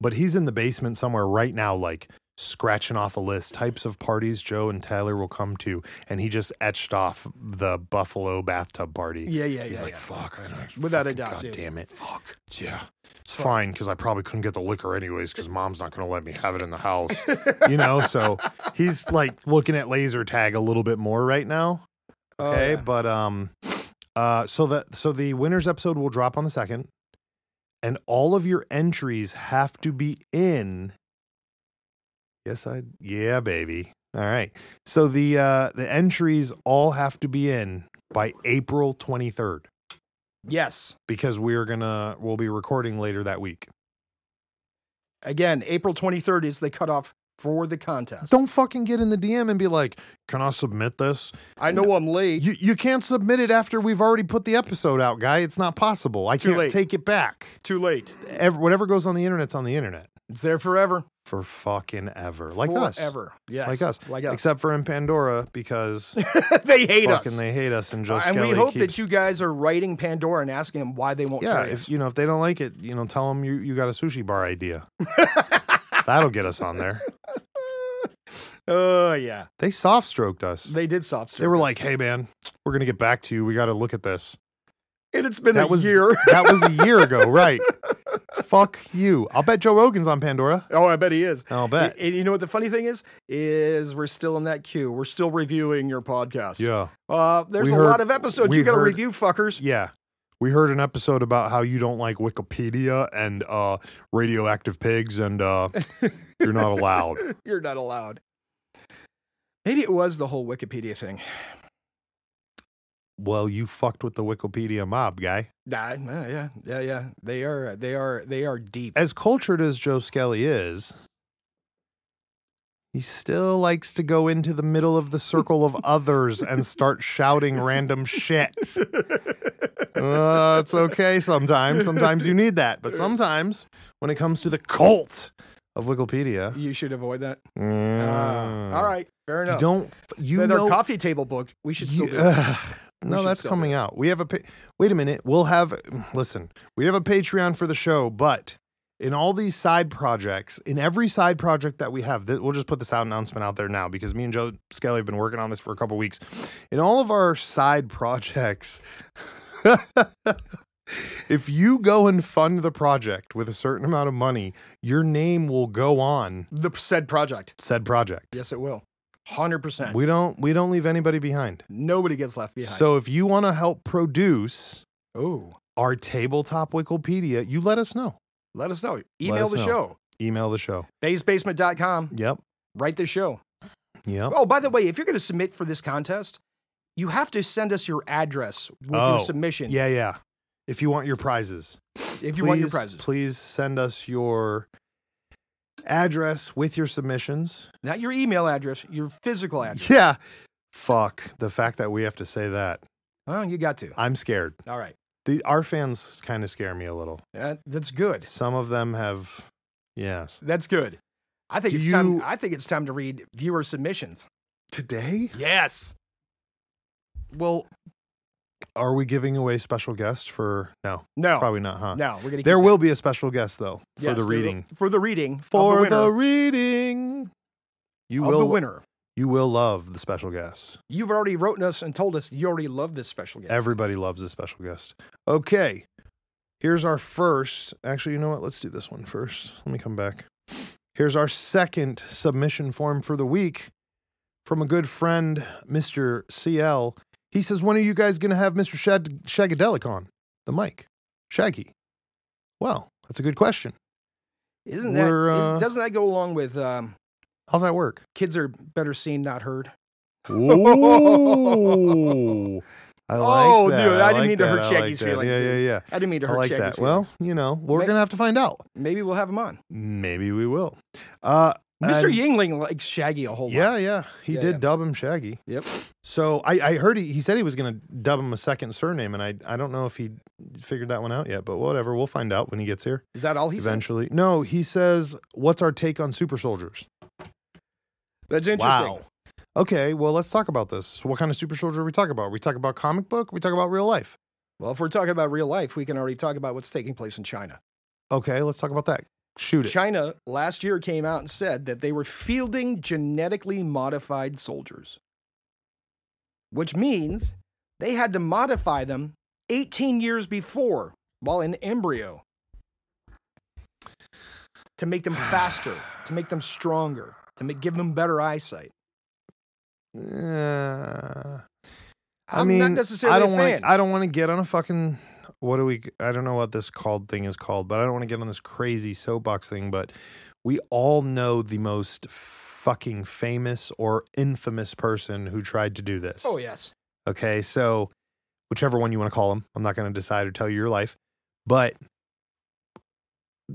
[SPEAKER 1] but he's in the basement somewhere right now, like scratching off a list types of parties Joe and Tyler will come to, and he just etched off the Buffalo bathtub party.
[SPEAKER 2] Yeah, yeah,
[SPEAKER 1] He's
[SPEAKER 2] yeah.
[SPEAKER 1] like, *laughs*
[SPEAKER 2] yeah.
[SPEAKER 1] fuck, I don't,
[SPEAKER 2] Without a
[SPEAKER 1] fucking
[SPEAKER 2] doubt,
[SPEAKER 1] God
[SPEAKER 2] dude.
[SPEAKER 1] damn it.
[SPEAKER 2] Fuck.
[SPEAKER 1] Yeah. It's fine because I probably couldn't get the liquor anyways because mom's not going to let me have it in the
[SPEAKER 2] *laughs*
[SPEAKER 1] house. you know, so he's like looking at laser tag a little bit more right now.
[SPEAKER 2] Oh,
[SPEAKER 1] Okay,
[SPEAKER 2] yeah.
[SPEAKER 1] but um, uh, so that so the winners episode will drop on the second, and all of your entries have to be in. Yes, I yeah, baby. All right, so the uh the entries all have to be in by April twenty third
[SPEAKER 2] Yes.
[SPEAKER 1] because we are gonna we'll be recording later that week.
[SPEAKER 2] Again, April 23rd is the cutoff for the contest.
[SPEAKER 1] Don't fucking get in the DM and be like, "Can I submit this?"
[SPEAKER 2] I know I'm late.
[SPEAKER 1] You you can't submit it after we've already put the episode out, guy. It's not possible. I
[SPEAKER 2] Too
[SPEAKER 1] can't
[SPEAKER 2] late.
[SPEAKER 1] take it back.
[SPEAKER 2] Too late.
[SPEAKER 1] ev- whatever goes on the internet's on the internet
[SPEAKER 2] It's there forever.
[SPEAKER 1] for fucking ever, like us,
[SPEAKER 2] Forever. Yes.
[SPEAKER 1] Like us.
[SPEAKER 2] Like us.
[SPEAKER 1] except for in Pandora because
[SPEAKER 2] they *laughs* hate us.
[SPEAKER 1] fucking they hate us and Joe
[SPEAKER 2] and we
[SPEAKER 1] Skelly
[SPEAKER 2] hope
[SPEAKER 1] keeps,
[SPEAKER 2] that you guys are writing Pandora and asking them why they won't
[SPEAKER 1] yeah,
[SPEAKER 2] play
[SPEAKER 1] if you know if they don't like it, you know, tell them you you got a sushi bar idea.
[SPEAKER 2] *laughs*
[SPEAKER 1] That'll get us on there.
[SPEAKER 2] Oh, yeah.
[SPEAKER 1] They soft stroked us. They,
[SPEAKER 2] They did soft
[SPEAKER 1] were
[SPEAKER 2] serve
[SPEAKER 1] like, "Hey man, we're gonna get back to you. We got to look at this."
[SPEAKER 2] us. and it's been
[SPEAKER 1] that
[SPEAKER 2] a
[SPEAKER 1] was-
[SPEAKER 2] year.
[SPEAKER 1] That was a year ago,
[SPEAKER 2] *laughs*
[SPEAKER 1] right? Fuck you. I'll bet Joe Rogan's on Pandora.
[SPEAKER 2] oh, I bet he is.
[SPEAKER 1] I'll
[SPEAKER 2] And,
[SPEAKER 1] bet.
[SPEAKER 2] and you know what the funny thing is? Is we're still in that queue. We're still reviewing your podcast.
[SPEAKER 1] yeah.
[SPEAKER 2] Uh, there's
[SPEAKER 1] We
[SPEAKER 2] a
[SPEAKER 1] heard-
[SPEAKER 2] lot of episodes
[SPEAKER 1] we
[SPEAKER 2] you got to
[SPEAKER 1] heard-
[SPEAKER 2] review, fuckers. *laughs*
[SPEAKER 1] Yeah. We heard an episode about how you don't like Wikipedia and uh, radioactive pigs, and uh, you're not
[SPEAKER 2] *laughs*
[SPEAKER 1] allowed.
[SPEAKER 2] You're not allowed. Maybe it was the whole Wikipedia thing.
[SPEAKER 1] Well, you fucked with the Wikipedia mob, guy.
[SPEAKER 2] Nah, nah, yeah, yeah, yeah. They are, they are, they are deep.
[SPEAKER 1] *laughs*
[SPEAKER 2] *laughs*
[SPEAKER 1] As cultured as Joe Skelly is, he still likes to go into the middle of the circle of others and start shouting random shit. Uh, it's okay sometimes. Sometimes you need that. But sometimes when it comes to the cult of Wikipedia,
[SPEAKER 2] you should avoid that.
[SPEAKER 1] mm,
[SPEAKER 2] Ah, Uh, all right, fair
[SPEAKER 1] You
[SPEAKER 2] enough.
[SPEAKER 1] don't. You
[SPEAKER 2] Their
[SPEAKER 1] know,
[SPEAKER 2] coffee table book. We should still
[SPEAKER 1] Ye- *laughs*
[SPEAKER 2] do. it.
[SPEAKER 1] Ugh.
[SPEAKER 2] We
[SPEAKER 1] no,
[SPEAKER 2] should
[SPEAKER 1] that's
[SPEAKER 2] still do
[SPEAKER 1] coming out. We have a pa- wait a minute. We'll have listen. We have a Patreon for the show, but in all these side projects, in every side project that we have, th- we'll just put this out announcement out there now because me and Joe Skelly have been working on this for a couple weeks. In all of our side projects. *laughs* If you go and fund the project with a certain amount of money, your name will go on
[SPEAKER 2] The said project.
[SPEAKER 1] said project.
[SPEAKER 2] Yes, it will. Hundred percent.
[SPEAKER 1] We don't we don't leave anybody behind.
[SPEAKER 2] Nobody gets left behind.
[SPEAKER 1] So if you want to help produce
[SPEAKER 2] oh,
[SPEAKER 1] our tabletop Wikipedia, you let us know.
[SPEAKER 2] let us know. Email
[SPEAKER 1] us
[SPEAKER 2] the
[SPEAKER 1] know.
[SPEAKER 2] show.
[SPEAKER 1] Email the show.
[SPEAKER 2] Baysbasement.com.
[SPEAKER 1] Yep.
[SPEAKER 2] Write the show.
[SPEAKER 1] Yep.
[SPEAKER 2] Oh, by the way, if you're going to submit for this contest, you have to send us your address with
[SPEAKER 1] Oh,
[SPEAKER 2] your submission.
[SPEAKER 1] Yeah, yeah. If you want your prizes,
[SPEAKER 2] If you want your
[SPEAKER 1] please-
[SPEAKER 2] prizes,
[SPEAKER 1] please send us your address with your submissions.
[SPEAKER 2] not your email address, your physical address.
[SPEAKER 1] Yeah. Fuck the fact that we have to say that.
[SPEAKER 2] Oh, you got to.
[SPEAKER 1] I'm scared.
[SPEAKER 2] All right.
[SPEAKER 1] The our fans kind of scare me a little.
[SPEAKER 2] Uh, that's good.
[SPEAKER 1] Some of them have, yes.
[SPEAKER 2] That's good. I think
[SPEAKER 1] Do
[SPEAKER 2] it's time.
[SPEAKER 1] you-
[SPEAKER 2] I think it's time to read viewer submissions.
[SPEAKER 1] Today?
[SPEAKER 2] Yes.
[SPEAKER 1] Well, are we giving away special guests for? No,
[SPEAKER 2] No.
[SPEAKER 1] probably not, huh?
[SPEAKER 2] Oh, No. We're gonna.
[SPEAKER 1] There
[SPEAKER 2] keep-
[SPEAKER 1] will be a special guest though for
[SPEAKER 2] Yes,
[SPEAKER 1] the
[SPEAKER 2] there will-
[SPEAKER 1] reading.
[SPEAKER 2] For the reading. of
[SPEAKER 1] For
[SPEAKER 2] the winner.
[SPEAKER 1] the reading, you
[SPEAKER 2] of
[SPEAKER 1] will
[SPEAKER 2] the winner.
[SPEAKER 1] You will love the special guest.
[SPEAKER 2] You've already written us and told us you already love this special guest.
[SPEAKER 1] Everybody loves a special guest. Okay. Here's our first. Actually, you know what? Let's do this one first. Let me come back. Here's our second submission form for the week from a good friend, Mr. CL. He says, When are you guys going to have Mr. Shag- Shagadelic on the mic? Shaggy. Well, that's a good question.
[SPEAKER 2] Isn't that?
[SPEAKER 1] We're,
[SPEAKER 2] is-
[SPEAKER 1] uh,
[SPEAKER 2] doesn't that go along with um,
[SPEAKER 1] How's that work?
[SPEAKER 2] kids are better seen, not heard?
[SPEAKER 1] Ooh.
[SPEAKER 2] *laughs*
[SPEAKER 1] I like
[SPEAKER 2] Oh,
[SPEAKER 1] that.
[SPEAKER 2] dude, I didn't
[SPEAKER 1] like
[SPEAKER 2] mean to
[SPEAKER 1] that.
[SPEAKER 2] hurt
[SPEAKER 1] I
[SPEAKER 2] Shaggy's
[SPEAKER 1] like that.
[SPEAKER 2] feelings,
[SPEAKER 1] Yeah, yeah,
[SPEAKER 2] dude.
[SPEAKER 1] yeah.
[SPEAKER 2] I didn't mean to
[SPEAKER 1] I
[SPEAKER 2] hurt
[SPEAKER 1] like
[SPEAKER 2] Shaggy's
[SPEAKER 1] that.
[SPEAKER 2] feelings.
[SPEAKER 1] Well, you know, we're
[SPEAKER 2] May-
[SPEAKER 1] going to have to find out.
[SPEAKER 2] maybe we'll have him on.
[SPEAKER 1] Maybe we will. Uh,
[SPEAKER 2] Mr.
[SPEAKER 1] and-
[SPEAKER 2] Yingling likes Shaggy a whole lot.
[SPEAKER 1] Yeah, yeah. He
[SPEAKER 2] Yeah,
[SPEAKER 1] did
[SPEAKER 2] yeah.
[SPEAKER 1] dub him Shaggy.
[SPEAKER 2] Yep.
[SPEAKER 1] So I, I heard he, he said he was going to dub him a second surname, and I I don't know if he figured that one out yet, but whatever. We'll find out when he gets here
[SPEAKER 2] Is that all he said?
[SPEAKER 1] eventually. No, he says, What's our take on super soldiers?
[SPEAKER 2] That's interesting.
[SPEAKER 1] Wow. Okay, well, let's talk about this. What kind of super soldier are we talking about? we talk about comic book? we talk about real life?
[SPEAKER 2] Well, if we're talking about real life, we can already talk about what's taking place in China.
[SPEAKER 1] Okay, let's talk about that. Shoot it.
[SPEAKER 2] China last year came out and said that they were fielding genetically modified soldiers, which means they had to modify them 18 years before while in embryo to make
[SPEAKER 1] *sighs*
[SPEAKER 2] them faster, to make them stronger, to make, give them better eyesight.
[SPEAKER 1] Uh,
[SPEAKER 2] I'm
[SPEAKER 1] I mean,
[SPEAKER 2] not necessarily
[SPEAKER 1] I don't
[SPEAKER 2] a
[SPEAKER 1] wanna-
[SPEAKER 2] fan.
[SPEAKER 1] I don't want to get on a fucking. What do we? I don't know what this called thing is called, but I don't want to get on this crazy soapbox thing. But we all know the most fucking famous or infamous person who tried to do this.
[SPEAKER 2] oh, yes.
[SPEAKER 1] Okay, so whichever one you want to call him, I'm not going to decide or tell you your life, but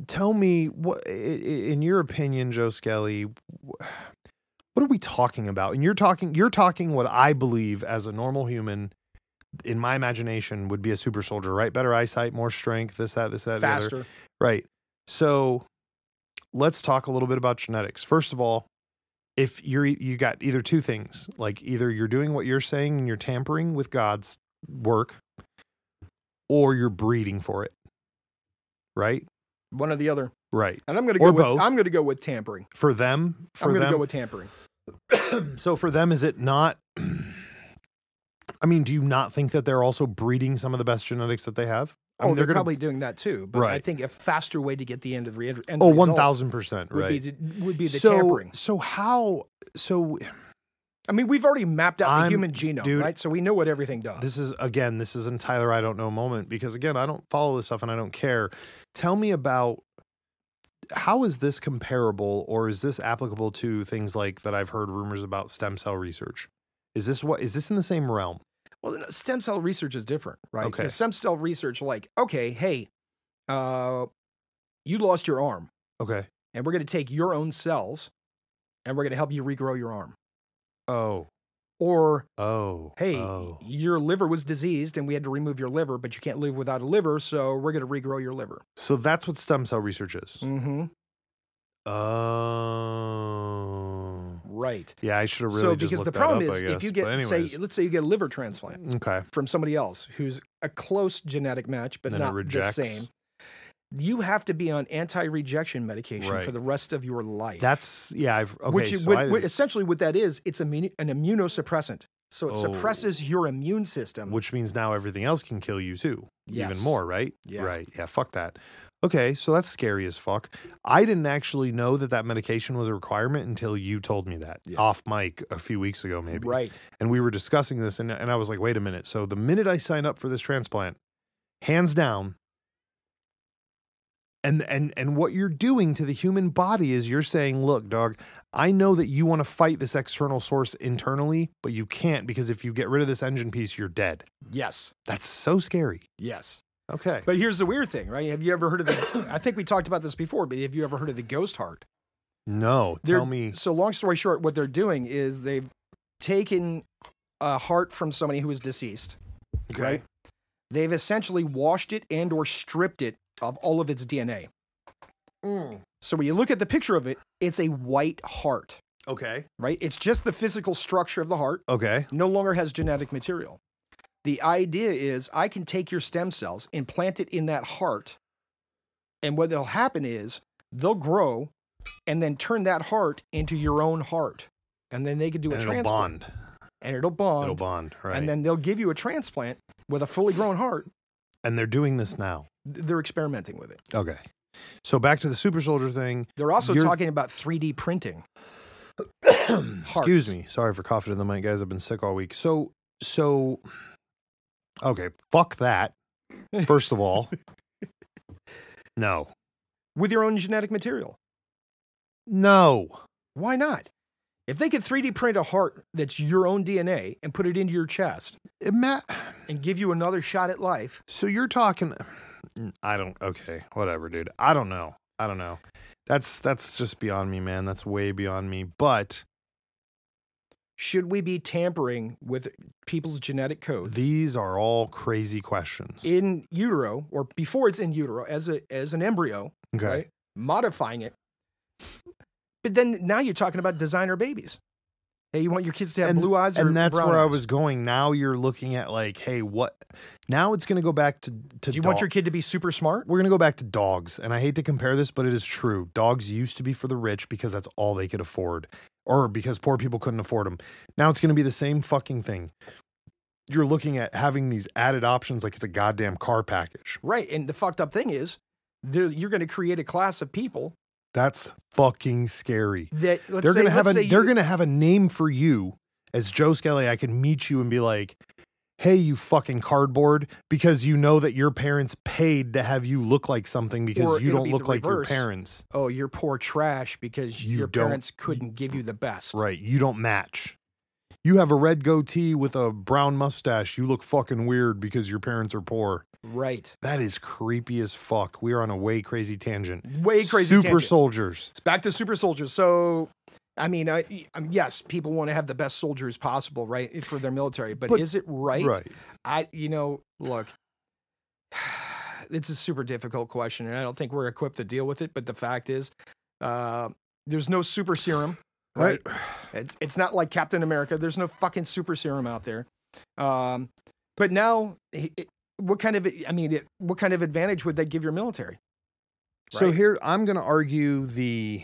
[SPEAKER 1] tell me what, i- i- in your opinion, Joe Skelly, wh- what are we talking about? And you're talking, you're talking what I believe as a normal human, in my imagination, would be a super soldier, right? Better eyesight, more strength, this, that, this, that, the other.
[SPEAKER 2] faster.
[SPEAKER 1] Right. So let's talk a little bit about genetics. First of all, if you're e- you got either two things, like either you're doing what you're saying and you're tampering with God's work, or you're breeding for it. Right?
[SPEAKER 2] One or the other.
[SPEAKER 1] Right.
[SPEAKER 2] And I'm going to go
[SPEAKER 1] Or
[SPEAKER 2] with
[SPEAKER 1] both.
[SPEAKER 2] I'm going to go with tampering.
[SPEAKER 1] For them, for
[SPEAKER 2] I'm going to
[SPEAKER 1] them.
[SPEAKER 2] go with tampering.
[SPEAKER 1] so for them, is it not *clears throat* I mean, do you not think that they're also breeding some of the best genetics that they have? I
[SPEAKER 2] oh,
[SPEAKER 1] mean,
[SPEAKER 2] they're,
[SPEAKER 1] gonna-
[SPEAKER 2] probably doing that too. But I
[SPEAKER 1] Right.
[SPEAKER 2] think a faster way to get the end of the re- end.
[SPEAKER 1] Oh,
[SPEAKER 2] result
[SPEAKER 1] 1000%,
[SPEAKER 2] would
[SPEAKER 1] right.
[SPEAKER 2] be the, would be the
[SPEAKER 1] so,
[SPEAKER 2] tampering.
[SPEAKER 1] so how so
[SPEAKER 2] I mean, we've already mapped out the
[SPEAKER 1] I'm-
[SPEAKER 2] human genome,
[SPEAKER 1] dude,
[SPEAKER 2] right? So we know what everything does.
[SPEAKER 1] This is again, this is an Tyler I don't know moment because again, I don't follow this stuff and I don't care. Tell me about how is this comparable or is this applicable to things like that I've heard rumors about stem cell research? Is this what is this in the same realm?
[SPEAKER 2] well, no, stem cell research is different, right?
[SPEAKER 1] Okay.
[SPEAKER 2] The Stem cell research, like, okay, hey, uh, you lost your arm,
[SPEAKER 1] Okay.
[SPEAKER 2] and we're going to take your own cells, and we're going to help you regrow your arm.
[SPEAKER 1] Oh.
[SPEAKER 2] Or
[SPEAKER 1] Oh.
[SPEAKER 2] hey,
[SPEAKER 1] Oh.
[SPEAKER 2] your liver was diseased, and we had to remove your liver, but you can't live without a liver, so we're going to regrow your liver.
[SPEAKER 1] So that's what stem cell research is.
[SPEAKER 2] Mm-hmm.
[SPEAKER 1] Oh.
[SPEAKER 2] Right.
[SPEAKER 1] Yeah, I should have really
[SPEAKER 2] so
[SPEAKER 1] just
[SPEAKER 2] because
[SPEAKER 1] looked that
[SPEAKER 2] the problem
[SPEAKER 1] up,
[SPEAKER 2] is
[SPEAKER 1] I guess.
[SPEAKER 2] if you get
[SPEAKER 1] but anyways,
[SPEAKER 2] say let's say you get a liver transplant
[SPEAKER 1] okay.
[SPEAKER 2] from somebody else who's a close genetic match but
[SPEAKER 1] Then it
[SPEAKER 2] not the
[SPEAKER 1] rejects.
[SPEAKER 2] same you have to be on anti-rejection medication for
[SPEAKER 1] Right.
[SPEAKER 2] the rest of your life
[SPEAKER 1] That's yeah, I've okay.
[SPEAKER 2] which is
[SPEAKER 1] so
[SPEAKER 2] what-
[SPEAKER 1] I
[SPEAKER 2] what-
[SPEAKER 1] didn't-
[SPEAKER 2] essentially what that is it's immune, an immunosuppressant so it
[SPEAKER 1] Oh.
[SPEAKER 2] suppresses your immune system
[SPEAKER 1] which means now everything else can kill you too.
[SPEAKER 2] Yes.
[SPEAKER 1] even more, right?
[SPEAKER 2] Yeah.
[SPEAKER 1] Right. Yeah. Fuck that. Okay. So that's scary as fuck. I didn't actually know that that medication was a requirement until you told me that
[SPEAKER 2] Yeah.
[SPEAKER 1] off mic a few weeks ago, maybe.
[SPEAKER 2] right
[SPEAKER 1] And we were discussing this, and, and I was like, wait a minute. So the minute I signed up for this transplant, hands down, and, and and what you're doing to the human body is you're saying, look, dog, I know that you want to fight this external source internally, but you can't because if you get rid of this engine piece, you're dead.
[SPEAKER 2] yes
[SPEAKER 1] That's so scary.
[SPEAKER 2] yes
[SPEAKER 1] Okay.
[SPEAKER 2] but here's the weird thing right have you ever heard of the *coughs* i think we talked about this before but have you ever heard of the ghost heart
[SPEAKER 1] No,
[SPEAKER 2] They're-
[SPEAKER 1] tell me.
[SPEAKER 2] So, long story short, what they're doing is they've taken a heart from somebody who is deceased. right? They've essentially washed it and or stripped it of all of its DNA. So when you look at the picture of it, it's a white heart,
[SPEAKER 1] Okay.
[SPEAKER 2] right? It's just the physical structure of the heart,
[SPEAKER 1] Okay.
[SPEAKER 2] no longer has genetic material. The idea is I can take your stem cells, implant it in that heart, and what will happen is they'll grow and then turn that heart into your own heart. and then they could do
[SPEAKER 1] and
[SPEAKER 2] a
[SPEAKER 1] it'll
[SPEAKER 2] transplant,
[SPEAKER 1] bond.
[SPEAKER 2] and it'll bond,
[SPEAKER 1] It'll bond, right?
[SPEAKER 2] and then they'll give you a transplant with a fully grown heart.
[SPEAKER 1] and they're doing this now.
[SPEAKER 2] Th- They're experimenting with it.
[SPEAKER 1] Okay. So back to the super soldier
[SPEAKER 2] *clears throat*
[SPEAKER 1] thing.
[SPEAKER 2] They're also
[SPEAKER 1] You're-
[SPEAKER 2] talking about 3D printing.
[SPEAKER 1] *coughs* Excuse me. Sorry for coughing in the mic, guys. I've been sick all week. So, so, okay. Fuck that. First of
[SPEAKER 2] *laughs*
[SPEAKER 1] all, no,
[SPEAKER 2] with your own genetic material.
[SPEAKER 1] no.
[SPEAKER 2] Why not? If they could 3D print a heart that's your own DNA and put it into your chest
[SPEAKER 1] Ima-
[SPEAKER 2] and give you another shot at life,
[SPEAKER 1] so you're talking. mm, I don't. Okay. Whatever, dude. I don't know. I don't know. That's that's just beyond me, man. That's way beyond me. But
[SPEAKER 2] should we be tampering with people's genetic code
[SPEAKER 1] these are all crazy questions.
[SPEAKER 2] in utero or before it's in utero as a as an embryo,
[SPEAKER 1] Okay.
[SPEAKER 2] right? Modifying it. But then now you're talking about designer babies. Hey, you want your kids to have
[SPEAKER 1] And-
[SPEAKER 2] blue eyes or
[SPEAKER 1] and that's
[SPEAKER 2] brown
[SPEAKER 1] where I
[SPEAKER 2] eyes?
[SPEAKER 1] was going. Now you're looking at like, hey, what? Now it's going to go back to to.
[SPEAKER 2] Do you want
[SPEAKER 1] dog-
[SPEAKER 2] your kid to be super smart?
[SPEAKER 1] We're going to go back to dogs, and I hate to compare this, but it is true. Dogs used to be for the rich because that's all they could afford, or because poor people couldn't afford them. Now it's going to be the same fucking thing. You're looking at having these added options like it's a goddamn car package.
[SPEAKER 2] Right. And the fucked up thing is there- you're going to create a class of people
[SPEAKER 1] That's fucking scary.
[SPEAKER 2] that let's
[SPEAKER 1] they're
[SPEAKER 2] say,
[SPEAKER 1] gonna have a
[SPEAKER 2] let's
[SPEAKER 1] they're
[SPEAKER 2] say you-
[SPEAKER 1] gonna have a name for you as Joe Skelly. I could meet you and be like, "Hey, you fucking cardboard," because you know that your parents paid to have you look like something because
[SPEAKER 2] Or
[SPEAKER 1] you
[SPEAKER 2] it'll
[SPEAKER 1] don't
[SPEAKER 2] be
[SPEAKER 1] look
[SPEAKER 2] the
[SPEAKER 1] like your
[SPEAKER 2] reverse.
[SPEAKER 1] parents,
[SPEAKER 2] oh, you're poor trash because
[SPEAKER 1] You
[SPEAKER 2] your
[SPEAKER 1] don't-
[SPEAKER 2] parents couldn't give you the best.
[SPEAKER 1] right? You don't match. You have a red goatee with a brown mustache. You look fucking weird because your parents are poor.
[SPEAKER 2] Right.
[SPEAKER 1] That is creepy as fuck. We are on a way crazy tangent.
[SPEAKER 2] Way crazy.
[SPEAKER 1] Super
[SPEAKER 2] tangent.
[SPEAKER 1] soldiers.
[SPEAKER 2] It's back to super soldiers. So, I mean, I, I mean, yes, people want to have the best soldiers possible, right, for their military. But,
[SPEAKER 1] But-
[SPEAKER 2] is it right?
[SPEAKER 1] right.
[SPEAKER 2] I, you know, look, *sighs* it's a super difficult question, and I don't think we're equipped to deal with it. But the fact is, uh, there's no super serum, right? *sighs* It's it's not like Captain America. There's no fucking super serum out there. Um, but now, he- it- what kind of I mean, it, what kind of advantage would that give your military?
[SPEAKER 1] So
[SPEAKER 2] Right?
[SPEAKER 1] here I'm going to argue the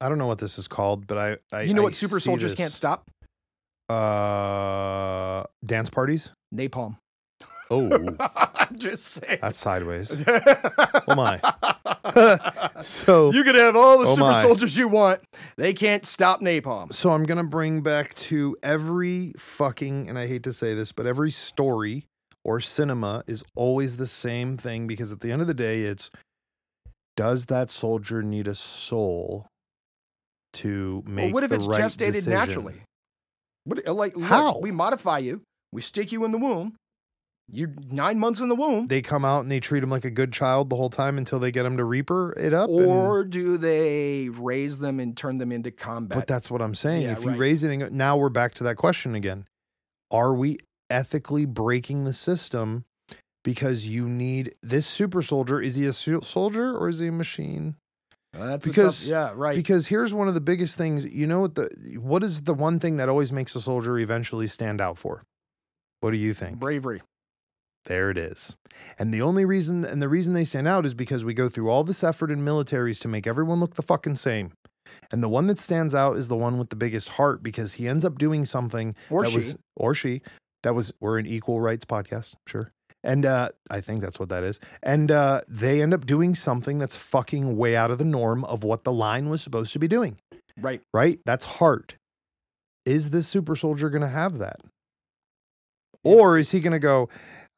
[SPEAKER 1] I don't know what this is called, but I, I
[SPEAKER 2] you know
[SPEAKER 1] I
[SPEAKER 2] what super
[SPEAKER 1] see
[SPEAKER 2] soldiers
[SPEAKER 1] this.
[SPEAKER 2] can't stop?
[SPEAKER 1] Uh, dance parties.
[SPEAKER 2] Napalm. *laughs*
[SPEAKER 1] Oh,
[SPEAKER 2] I'm just saying.
[SPEAKER 1] that's
[SPEAKER 2] *laughs*
[SPEAKER 1] sideways.
[SPEAKER 2] oh
[SPEAKER 1] my.
[SPEAKER 2] my.
[SPEAKER 1] So
[SPEAKER 2] *laughs* you could have all the
[SPEAKER 1] Oh
[SPEAKER 2] super
[SPEAKER 1] my.
[SPEAKER 2] soldiers you want. They can't stop napalm.
[SPEAKER 1] so I'm going to bring back to every fucking and I hate to say this, but every story or cinema is always the same thing because at the end of the day it's does that soldier need a soul to make
[SPEAKER 2] Well, what if
[SPEAKER 1] the
[SPEAKER 2] it's
[SPEAKER 1] right
[SPEAKER 2] gestated
[SPEAKER 1] decision?
[SPEAKER 2] naturally? What, like, look,
[SPEAKER 1] How?
[SPEAKER 2] we modify you. We stick you in the womb. You're nine months in the womb.
[SPEAKER 1] they come out and they treat him like a good child the whole time until they get him to reaper it up. and-
[SPEAKER 2] or do they raise them and turn them into combat?
[SPEAKER 1] but that's what I'm saying.
[SPEAKER 2] Yeah,
[SPEAKER 1] if you
[SPEAKER 2] right.
[SPEAKER 1] raise it, and, now we're back to that question again. Are we ethically breaking the system because you need this super soldier? Is he a su- soldier or is he a machine?
[SPEAKER 2] that's a tough-
[SPEAKER 1] because-
[SPEAKER 2] yeah, right.
[SPEAKER 1] Because here's one of the biggest things. You know what the what is the one thing that always makes a soldier eventually stand out for? What do you think?
[SPEAKER 2] Bravery.
[SPEAKER 1] There it is. And the only reason and the reason they stand out is because we go through all this effort in militaries to make everyone look the fucking same. And the one that stands out is the one with the biggest heart because he ends up doing something
[SPEAKER 2] Or
[SPEAKER 1] that
[SPEAKER 2] she.
[SPEAKER 1] was or she. That was we're an equal rights podcast, sure. And uh I think that's what that is. And uh they end up doing something that's fucking way out of the norm of what the line was supposed to be doing,
[SPEAKER 2] right.
[SPEAKER 1] right? That's heart. Is this super soldier going to have that?
[SPEAKER 2] Yeah.
[SPEAKER 1] Or is he going to go,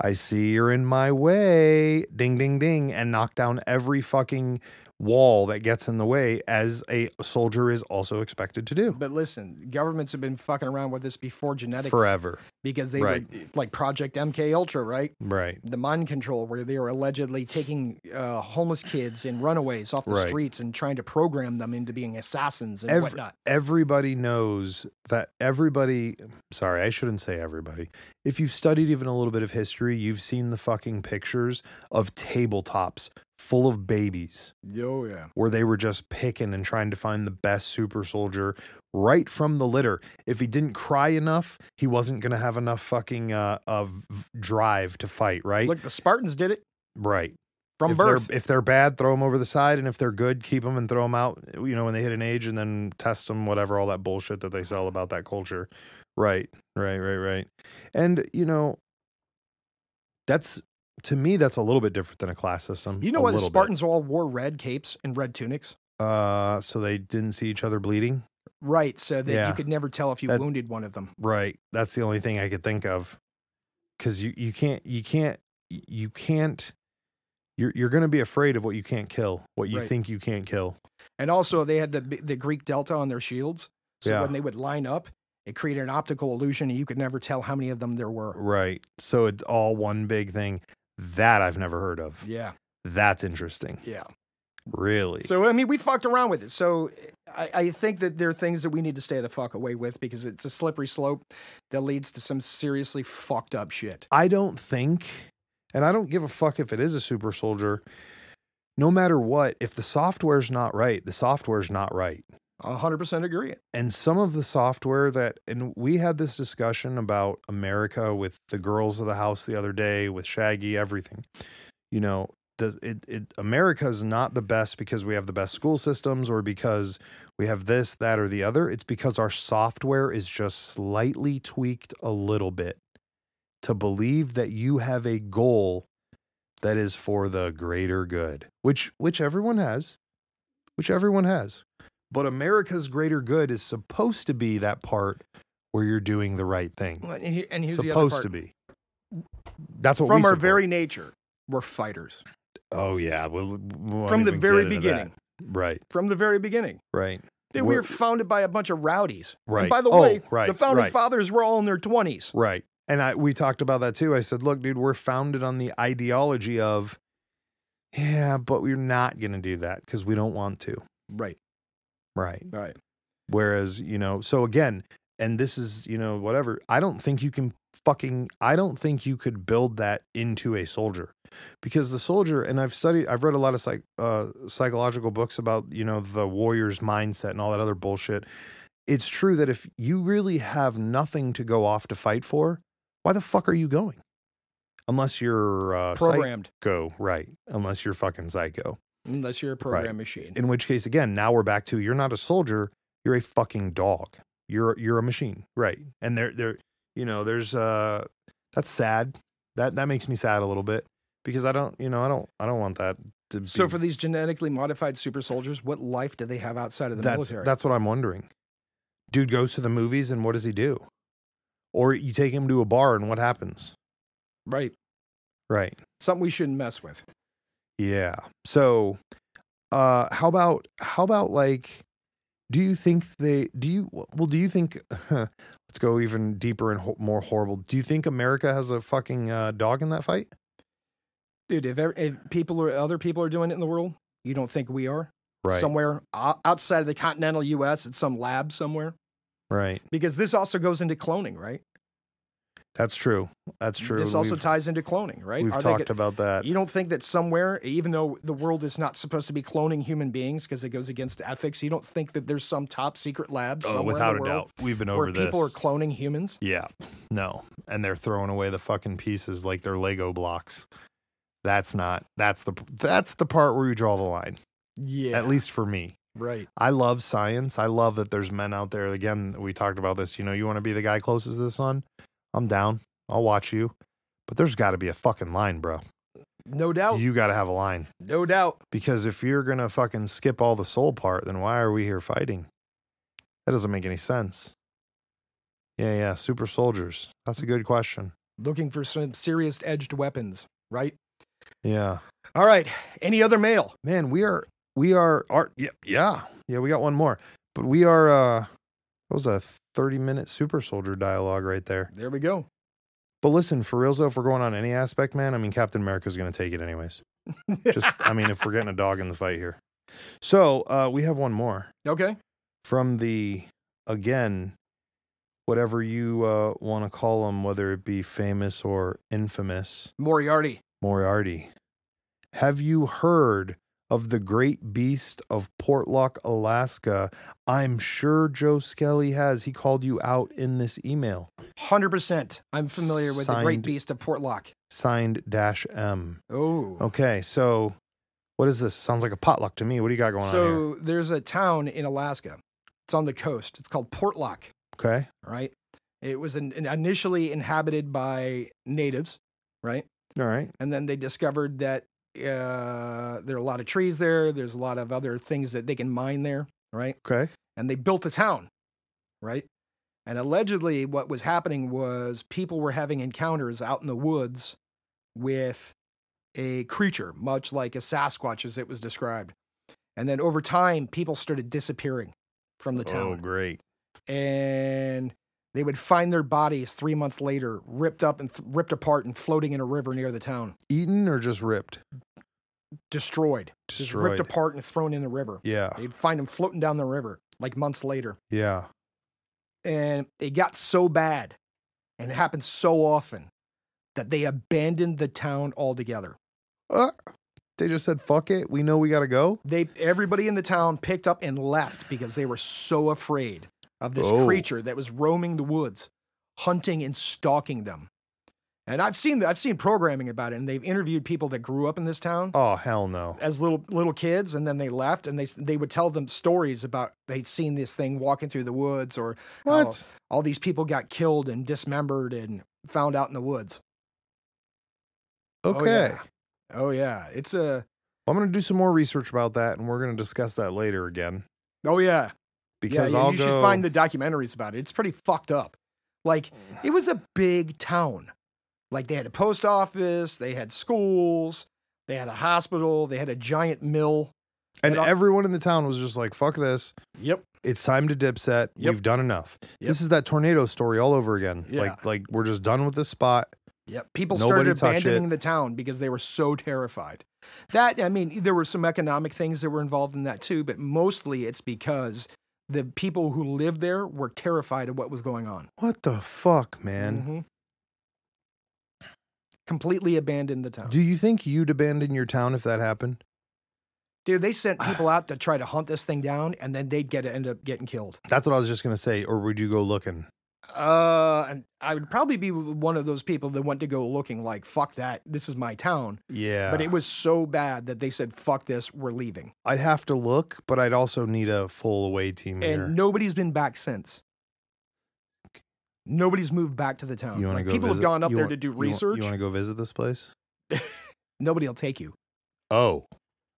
[SPEAKER 1] I see you're in my way, ding, ding, ding, and knock down every fucking wall that gets in the way as a soldier is also expected to do
[SPEAKER 2] But listen, governments have been fucking around with this before genetics
[SPEAKER 1] forever?
[SPEAKER 2] because they
[SPEAKER 1] Right.
[SPEAKER 2] did, like Project MK Ultra, right?
[SPEAKER 1] Right.
[SPEAKER 2] The mind control, where they were allegedly taking uh, homeless kids and runaways off the
[SPEAKER 1] Right.
[SPEAKER 2] streets and trying to program them into being assassins and
[SPEAKER 1] Ev-
[SPEAKER 2] whatnot.
[SPEAKER 1] everybody knows that everybody sorry i shouldn't say everybody if you've studied even a little bit of history you've seen the fucking pictures of tabletops full of babies
[SPEAKER 2] Oh yeah.
[SPEAKER 1] where they were just picking and trying to find the best super soldier right from the litter if he didn't cry enough he wasn't going to have enough fucking uh of drive to fight right
[SPEAKER 2] Look, the Spartans did it.
[SPEAKER 1] right
[SPEAKER 2] from
[SPEAKER 1] if
[SPEAKER 2] birth.
[SPEAKER 1] They're, if they're bad, throw them over the side, and if they're good, keep them and throw them out. You know, when they hit an age, and then test them, whatever, all that bullshit that they
[SPEAKER 2] Mm-hmm.
[SPEAKER 1] sell about that culture. Right, right, right, right. And you know, that's to me, that's a little bit different than a class system.
[SPEAKER 2] You know
[SPEAKER 1] a
[SPEAKER 2] why the
[SPEAKER 1] little bit.
[SPEAKER 2] Spartans all wore red capes and red tunics?
[SPEAKER 1] Uh, so they didn't see each other bleeding.
[SPEAKER 2] Right, so that
[SPEAKER 1] Yeah.
[SPEAKER 2] you could never tell if you
[SPEAKER 1] That-
[SPEAKER 2] wounded one of them.
[SPEAKER 1] Right. That's the only thing I could think of. Cause you, you can't, you can't, you can't, you're, you're going to be afraid of what you can't kill, what you
[SPEAKER 2] Right.
[SPEAKER 1] think you can't kill.
[SPEAKER 2] And also, they had the the Greek delta on their shields, so
[SPEAKER 1] Yeah.
[SPEAKER 2] when they would line up, it created an optical illusion, and you could never tell how many of them there were.
[SPEAKER 1] Right. So it's all one big thing that I've never heard of.
[SPEAKER 2] Yeah,
[SPEAKER 1] That's interesting.
[SPEAKER 2] yeah.
[SPEAKER 1] Really.
[SPEAKER 2] So I mean, we fucked around with it. So I, I think that there are things that we need to stay the fuck away with because it's a slippery slope that leads to some seriously fucked up shit.
[SPEAKER 1] I don't think, and I don't give a fuck if it is a super soldier. No matter what, if the software's not right, the software's not right.
[SPEAKER 2] A hundred percent agree.
[SPEAKER 1] and some of the software that and we had this discussion about America with the girls of the house the other day with Shaggy everything you know the it, it America's not the best because we have the best school systems or because we have this that or the other it's because our software is just slightly tweaked a little bit to believe that you have a goal that is for the greater good which which everyone has which everyone has but America's greater good is supposed to be that part where you're doing the right thing.
[SPEAKER 2] Well, And here- and here's the other
[SPEAKER 1] supposed
[SPEAKER 2] part.
[SPEAKER 1] to be. That's what
[SPEAKER 2] From
[SPEAKER 1] we
[SPEAKER 2] our
[SPEAKER 1] support.
[SPEAKER 2] very nature, we're fighters
[SPEAKER 1] Oh yeah, well, we won't
[SPEAKER 2] from the
[SPEAKER 1] even
[SPEAKER 2] very
[SPEAKER 1] get into that.
[SPEAKER 2] beginning.
[SPEAKER 1] Right,
[SPEAKER 2] From the very beginning.
[SPEAKER 1] right,
[SPEAKER 2] Dude, we
[SPEAKER 1] We're-
[SPEAKER 2] were founded by a bunch of rowdies.
[SPEAKER 1] right.
[SPEAKER 2] And by the
[SPEAKER 1] Oh,
[SPEAKER 2] way,
[SPEAKER 1] right,
[SPEAKER 2] the founding
[SPEAKER 1] right,
[SPEAKER 2] fathers were all in their 20s.
[SPEAKER 1] right. And I we talked about that too. I said, look, dude, we're founded on the ideology of, yeah, but we're not going to do that because we don't want to.
[SPEAKER 2] Right,
[SPEAKER 1] Right.
[SPEAKER 2] right.
[SPEAKER 1] Whereas, you know, so again, and this is, you know, whatever, I don't think you can fucking, I don't think you could build that into a soldier because the soldier, and I've studied, I've read a lot of psych, uh, psychological books about, you know, the warrior's mindset and all that other bullshit. It's true that if you really have nothing to go off to fight for, why the fuck are you going? Unless you're uh,
[SPEAKER 2] Programmed,
[SPEAKER 1] psycho, right? Unless you're fucking psycho.
[SPEAKER 2] unless you're a program machine.
[SPEAKER 1] In which case, again, now we're back to you're not a soldier, you're a fucking dog. You're you're a machine, right? And there there, you know, there's uh, that's sad. That that makes me sad a little bit because I don't, you know, I don't I don't want that to.
[SPEAKER 2] so,
[SPEAKER 1] be,
[SPEAKER 2] for these genetically modified super soldiers, what life do they have outside of the
[SPEAKER 1] that's
[SPEAKER 2] military?
[SPEAKER 1] that's what I'm wondering. Dude goes to the movies and what does he do? Or you take him to a bar and what happens?
[SPEAKER 2] right.
[SPEAKER 1] Right.
[SPEAKER 2] Something we shouldn't mess with.
[SPEAKER 1] Yeah. So, uh, how about how about like, do you think they do you well? Do you think *laughs* let's go even deeper and ho- more horrible? Do you think America has a fucking uh, dog in that fight?
[SPEAKER 2] Dude, if, ev- if people or other people are doing it in the world, you don't think we are? Somewhere o- outside of the continental U.S. at some lab somewhere?
[SPEAKER 1] Right.
[SPEAKER 2] Because this also goes into cloning, right?
[SPEAKER 1] That's true. That's true.
[SPEAKER 2] This also
[SPEAKER 1] we've,
[SPEAKER 2] ties into cloning, right?
[SPEAKER 1] we've
[SPEAKER 2] Are they
[SPEAKER 1] talked
[SPEAKER 2] get-
[SPEAKER 1] about that.
[SPEAKER 2] You don't think that somewhere, even though the world is not supposed to be cloning human beings because it goes against ethics, you don't think that there's some top secret lab somewhere
[SPEAKER 1] Oh,
[SPEAKER 2] in the
[SPEAKER 1] without a
[SPEAKER 2] world
[SPEAKER 1] doubt, we've been
[SPEAKER 2] where
[SPEAKER 1] over this.
[SPEAKER 2] people are cloning humans?
[SPEAKER 1] yeah. No. And they're throwing away the fucking pieces like they're Lego blocks. That's not. That's the. That's the part where you draw the line.
[SPEAKER 2] Yeah,
[SPEAKER 1] At least for me.
[SPEAKER 2] right.
[SPEAKER 1] I love science. I love that there's men out there. Again, we talked about this. You know, you want to be the guy closest to the sun? I'm down. I'll watch you. But there's got to be a fucking line, bro.
[SPEAKER 2] No doubt,
[SPEAKER 1] You got to have a line
[SPEAKER 2] no doubt.
[SPEAKER 1] because if you're going to fucking skip all the soul part, then why are we here fighting? That doesn't make any sense. Yeah, yeah. Super soldiers. That's a good question.
[SPEAKER 2] Looking for some serious edged weapons, right?
[SPEAKER 1] Yeah.
[SPEAKER 2] All right. Any other mail?
[SPEAKER 1] Man, we are, we are, are yeah, yeah. Yeah, we got one more. But we are, uh, that was a 30 minute super soldier dialogue right there.
[SPEAKER 2] There we go.
[SPEAKER 1] But listen, for real, though, if we're going on any aspect, man, I mean, Captain America's going to take it anyways. Just, I mean, if we're getting a dog in the fight here. So uh, we have one more
[SPEAKER 2] *laughs* okay.
[SPEAKER 1] from the, again, whatever you uh, want to call him, whether it be famous or infamous,
[SPEAKER 2] Moriarty.
[SPEAKER 1] Moriarty. Have you heard of the great beast of Portlock, Alaska? I'm sure Joe Skelly has. He called you out in this email.
[SPEAKER 2] 100%. I'm familiar with the great
[SPEAKER 1] Signed-
[SPEAKER 2] beast of Portlock.
[SPEAKER 1] signed dash M.
[SPEAKER 2] Oh.
[SPEAKER 1] Okay, so what is this? Sounds like a potluck to me. What do you got going on here?
[SPEAKER 2] So there's a town in Alaska. It's on the coast. It's called Portlock.
[SPEAKER 1] Okay,
[SPEAKER 2] All right. It was in, in- initially inhabited by natives, right?
[SPEAKER 1] all right.
[SPEAKER 2] And then they discovered that uh, there are a lot of trees there. There's a lot of other things that they can mine there, right?
[SPEAKER 1] Okay,
[SPEAKER 2] and they built a town, right? And allegedly, what was happening was people were having encounters out in the woods with a creature, much like a Sasquatch as it was described. And then over time, people started disappearing from the
[SPEAKER 1] oh
[SPEAKER 2] town.
[SPEAKER 1] great.
[SPEAKER 2] And they would find their bodies three months later, ripped up and th- ripped apart and floating in a river near the town,
[SPEAKER 1] Eaten or just ripped?
[SPEAKER 2] destroyed, just
[SPEAKER 1] Destroyed.
[SPEAKER 2] ripped apart and thrown in the river.
[SPEAKER 1] Yeah,
[SPEAKER 2] They'd find them floating down the river like months later.
[SPEAKER 1] yeah.
[SPEAKER 2] and it got so bad and it happened so often that they abandoned the town altogether.
[SPEAKER 1] Uh, they just said fuck it. We know we gotta go.
[SPEAKER 2] They everybody in the town picked up and left because they were so afraid of this
[SPEAKER 1] Oh.
[SPEAKER 2] creature that was roaming the woods, hunting and stalking them. And I've seen I've seen programming about it, and they've interviewed people that grew up in this town
[SPEAKER 1] Oh hell no.
[SPEAKER 2] as little little kids, and then they left, and they they would tell them stories about they'd seen this thing walking through the woods or
[SPEAKER 1] What?
[SPEAKER 2] all these people got killed and dismembered and found out in the woods.
[SPEAKER 1] Okay.
[SPEAKER 2] Oh yeah. Oh, yeah. It's
[SPEAKER 1] Well,
[SPEAKER 2] a
[SPEAKER 1] I'm gonna do some more research about that, and we're gonna discuss that later again
[SPEAKER 2] Oh yeah.
[SPEAKER 1] because
[SPEAKER 2] yeah, yeah,
[SPEAKER 1] I'll
[SPEAKER 2] you
[SPEAKER 1] go.
[SPEAKER 2] should find the documentaries about it. It's pretty fucked up. Like
[SPEAKER 1] Mm.
[SPEAKER 2] it was a big town. Like they had a post office, they had schools, they had a hospital, they had a giant mill.
[SPEAKER 1] and
[SPEAKER 2] and I'll-
[SPEAKER 1] everyone in the town was just like, "Fuck this!
[SPEAKER 2] Yep.
[SPEAKER 1] It's time to dip set.
[SPEAKER 2] Yep.
[SPEAKER 1] We've done enough."
[SPEAKER 2] Yep.
[SPEAKER 1] This is that tornado story all over again.
[SPEAKER 2] Yeah.
[SPEAKER 1] Like, like we're just done with this spot.
[SPEAKER 2] Yep. People
[SPEAKER 1] Nobody
[SPEAKER 2] started
[SPEAKER 1] touch it.
[SPEAKER 2] abandoning the town because they were so terrified. That I mean, there were some economic things that were involved in that too, but mostly it's because the people who lived there were terrified of what was going on.
[SPEAKER 1] What the fuck, man?
[SPEAKER 2] Mhm. completely abandoned the town.
[SPEAKER 1] Do you think you'd abandon your town if that happened?
[SPEAKER 2] Dude, they
[SPEAKER 1] *sighs*
[SPEAKER 2] sent people out to try to hunt this thing down, and then they'd get end up getting killed.
[SPEAKER 1] That's what I was just gonna say. Or would you go looking?
[SPEAKER 2] Uh, and I would probably be one of those people that went to go looking like, "Fuck that, this is my town."
[SPEAKER 1] Yeah,
[SPEAKER 2] But it was so bad that they said, "Fuck this, we're leaving,"
[SPEAKER 1] I'd have to look, but I'd also need a full away team here.
[SPEAKER 2] and nobody's been back since. Nobody's moved back to the town.
[SPEAKER 1] you want
[SPEAKER 2] Like,
[SPEAKER 1] go?
[SPEAKER 2] people
[SPEAKER 1] visit-
[SPEAKER 2] have gone up
[SPEAKER 1] you
[SPEAKER 2] there
[SPEAKER 1] wa-
[SPEAKER 2] to do
[SPEAKER 1] you wa-
[SPEAKER 2] research.
[SPEAKER 1] You want to go visit this place?
[SPEAKER 2] Nobody'll take you.
[SPEAKER 1] Oh,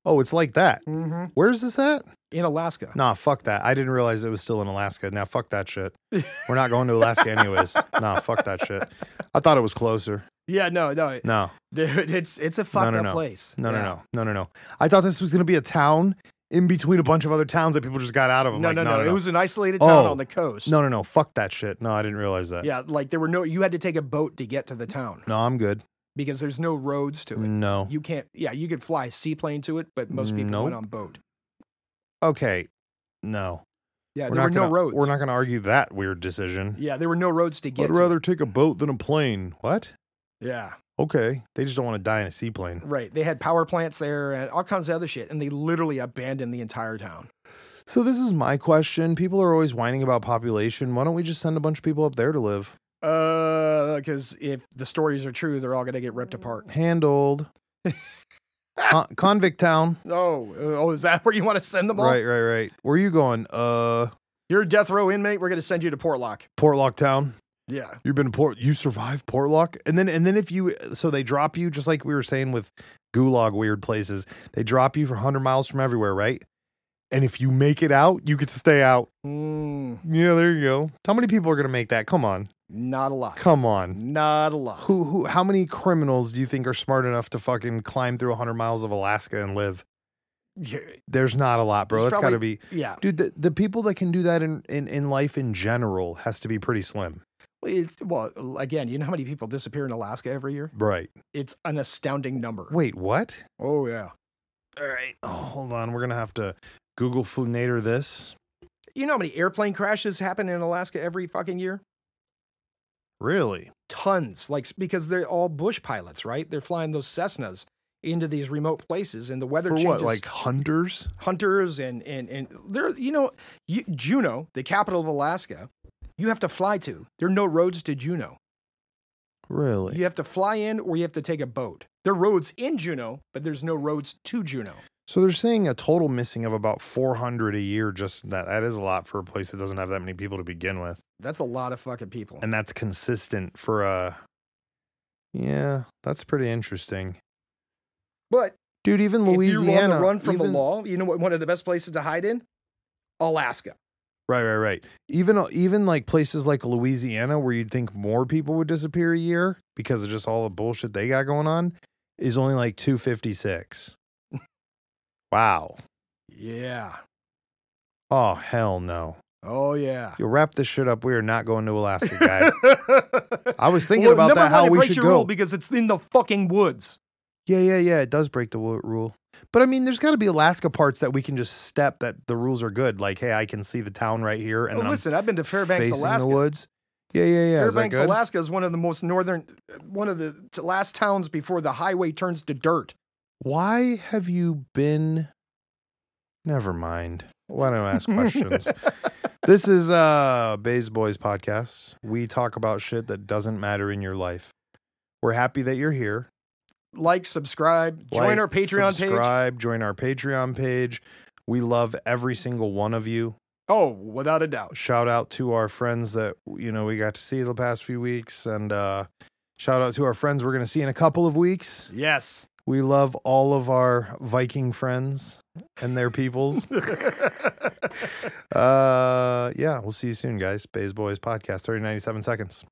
[SPEAKER 1] oh, it's like that.
[SPEAKER 2] Mm-hmm.
[SPEAKER 1] Where's this at?
[SPEAKER 2] In Alaska.
[SPEAKER 1] Nah, fuck that. I didn't realize it was still in Alaska. Now, fuck that shit. We're not going to Alaska anyways. nah, fuck that shit. I thought it was closer.
[SPEAKER 2] Yeah, no, no, *laughs*
[SPEAKER 1] No,
[SPEAKER 2] dude, it's it's a fucked
[SPEAKER 1] no,
[SPEAKER 2] up
[SPEAKER 1] no.
[SPEAKER 2] place.
[SPEAKER 1] no,
[SPEAKER 2] Yeah.
[SPEAKER 1] no, no, no, no, no. I thought this was going to be a town in between a bunch of other towns that people just got out of.
[SPEAKER 2] No,
[SPEAKER 1] I'm
[SPEAKER 2] no,
[SPEAKER 1] like,
[SPEAKER 2] no,
[SPEAKER 1] no, no,
[SPEAKER 2] It was an isolated town
[SPEAKER 1] Oh.
[SPEAKER 2] on the coast.
[SPEAKER 1] no, no, no. Fuck that shit. No, I didn't realize that.
[SPEAKER 2] Yeah, like there were no, you had to take a boat to get to the town
[SPEAKER 1] No, I'm good.
[SPEAKER 2] because there's no roads to it.
[SPEAKER 1] No.
[SPEAKER 2] You can't, yeah, you could fly a seaplane to it, but most people
[SPEAKER 1] Nope.
[SPEAKER 2] went on boat.
[SPEAKER 1] Okay. No.
[SPEAKER 2] Yeah,
[SPEAKER 1] we're
[SPEAKER 2] there
[SPEAKER 1] not
[SPEAKER 2] were
[SPEAKER 1] gonna,
[SPEAKER 2] no roads.
[SPEAKER 1] We're not going to argue that weird decision.
[SPEAKER 2] yeah, there were no roads to get
[SPEAKER 1] I'd
[SPEAKER 2] to it.
[SPEAKER 1] rather take a boat than a plane. What?
[SPEAKER 2] Yeah,
[SPEAKER 1] Okay. They just don't want to die in a seaplane.
[SPEAKER 2] right. They had power plants there and all kinds of other shit, and they literally abandoned the entire town.
[SPEAKER 1] So this is my question. People are always whining about population. Why don't we just send a bunch of people up there to live?
[SPEAKER 2] Uh, because if the stories are true, they're all going to get ripped apart.
[SPEAKER 1] Handled. Con- convict town.
[SPEAKER 2] *laughs* Oh, uh, oh, is that *laughs* where you want to send them all?
[SPEAKER 1] Right, right, right. Where you going? Uh,
[SPEAKER 2] You're a death row inmate. We're going to send you to Portlock.
[SPEAKER 1] Portlock town.
[SPEAKER 2] Yeah.
[SPEAKER 1] You've been to Port. You survived Portlock, and then and then if you so they drop you just like we were saying with gulag weird places. They drop you for hundred miles from everywhere, right? And if you make it out, you get to stay out.
[SPEAKER 2] Mm,
[SPEAKER 1] Yeah, there you go. How many people are gonna make that? Come on,
[SPEAKER 2] not a lot.
[SPEAKER 1] come on.
[SPEAKER 2] Not a lot.
[SPEAKER 1] Who, who, how many criminals do you think are smart enough to fucking climb through 100 miles of Alaska and live?
[SPEAKER 2] *laughs* Yeah.
[SPEAKER 1] There's not a lot, bro.
[SPEAKER 2] There's
[SPEAKER 1] That's got to be,
[SPEAKER 2] yeah.
[SPEAKER 1] dude. The, the people that can do that in, in in life in general has to be pretty slim,
[SPEAKER 2] Well, It's, well, again, you know how many people disappear in Alaska every year?
[SPEAKER 1] right?
[SPEAKER 2] It's an astounding number.
[SPEAKER 1] Wait, what?
[SPEAKER 2] Oh, yeah.
[SPEAKER 1] All right, oh, hold on. We're gonna have to Google Funator this.
[SPEAKER 2] You know how many airplane crashes happen in Alaska every fucking year?
[SPEAKER 1] Really?
[SPEAKER 2] Tons. Like, s- because they're all bush pilots, right? They're flying those Cessnas into these remote places and the weather
[SPEAKER 1] For
[SPEAKER 2] changes.
[SPEAKER 1] what? Like hunters?
[SPEAKER 2] hunters and, and, and there, you know, you, Juneau, the capital of Alaska, you have to fly to. There are no roads to Juneau.
[SPEAKER 1] Really?
[SPEAKER 2] You have to fly in or you have to take a boat. There are roads in Juneau, but there's no roads to Juneau.
[SPEAKER 1] So they're saying a total missing of about 400 a year. Just that. That is a lot for a place that doesn't have that many people to begin with.
[SPEAKER 2] That's a lot of fucking people.
[SPEAKER 1] And that's consistent for a. Yeah, that's pretty interesting.
[SPEAKER 2] But
[SPEAKER 1] Dude, even
[SPEAKER 2] if you're on
[SPEAKER 1] Louisiana.
[SPEAKER 2] the run from
[SPEAKER 1] even-
[SPEAKER 2] the law, you know what? One of the best places to hide in, Alaska.
[SPEAKER 1] Right, right, right. Even uh, even like places like Louisiana, where you'd think more people would disappear a year because of just all the bullshit they got going on, is only like two fifty six. wow.
[SPEAKER 2] Yeah.
[SPEAKER 1] Oh hell no.
[SPEAKER 2] Oh yeah.
[SPEAKER 1] You wrap this shit up. We are not going to Alaska, guy.
[SPEAKER 2] *laughs*
[SPEAKER 1] I was thinking
[SPEAKER 2] Well,
[SPEAKER 1] about
[SPEAKER 2] number
[SPEAKER 1] that.
[SPEAKER 2] one,
[SPEAKER 1] How
[SPEAKER 2] it
[SPEAKER 1] we
[SPEAKER 2] breaks
[SPEAKER 1] should
[SPEAKER 2] your rule
[SPEAKER 1] go.
[SPEAKER 2] because it's in the fucking woods.
[SPEAKER 1] yeah, yeah, yeah. It does break the wo- rule, but I mean, there's got to be Alaska parts that we can just step that the rules are good. Like, hey, I can see the town right here, and
[SPEAKER 2] Oh,
[SPEAKER 1] then
[SPEAKER 2] listen, I've been to
[SPEAKER 1] I'm
[SPEAKER 2] Fairbanks,
[SPEAKER 1] facing
[SPEAKER 2] Alaska.
[SPEAKER 1] the woods. Yeah, yeah, yeah. Is that
[SPEAKER 2] Fairbanks,
[SPEAKER 1] good?
[SPEAKER 2] Alaska is one of the most northern, one of the t- last towns before the highway turns to dirt.
[SPEAKER 1] Why have you been? Never mind. Why don't I ask
[SPEAKER 2] *laughs*
[SPEAKER 1] questions? this is uh Bays Boys podcast. We talk about shit that doesn't matter in your life. We're happy that you're here.
[SPEAKER 2] Like, subscribe, join
[SPEAKER 1] Like,
[SPEAKER 2] our Patreon page.
[SPEAKER 1] subscribe, Join our Patreon page. We love every single one of you.
[SPEAKER 2] Oh, without a doubt.
[SPEAKER 1] Shout out to our friends that you know we got to see the past few weeks, and uh, shout out to our friends we're going to see in a couple of weeks. *laughs*
[SPEAKER 2] Yes. *laughs*
[SPEAKER 1] We love all of our Viking friends and their peoples. Uh, yeah, we'll see you soon, guys. Bays Boys Podcast, 30, 97 seconds.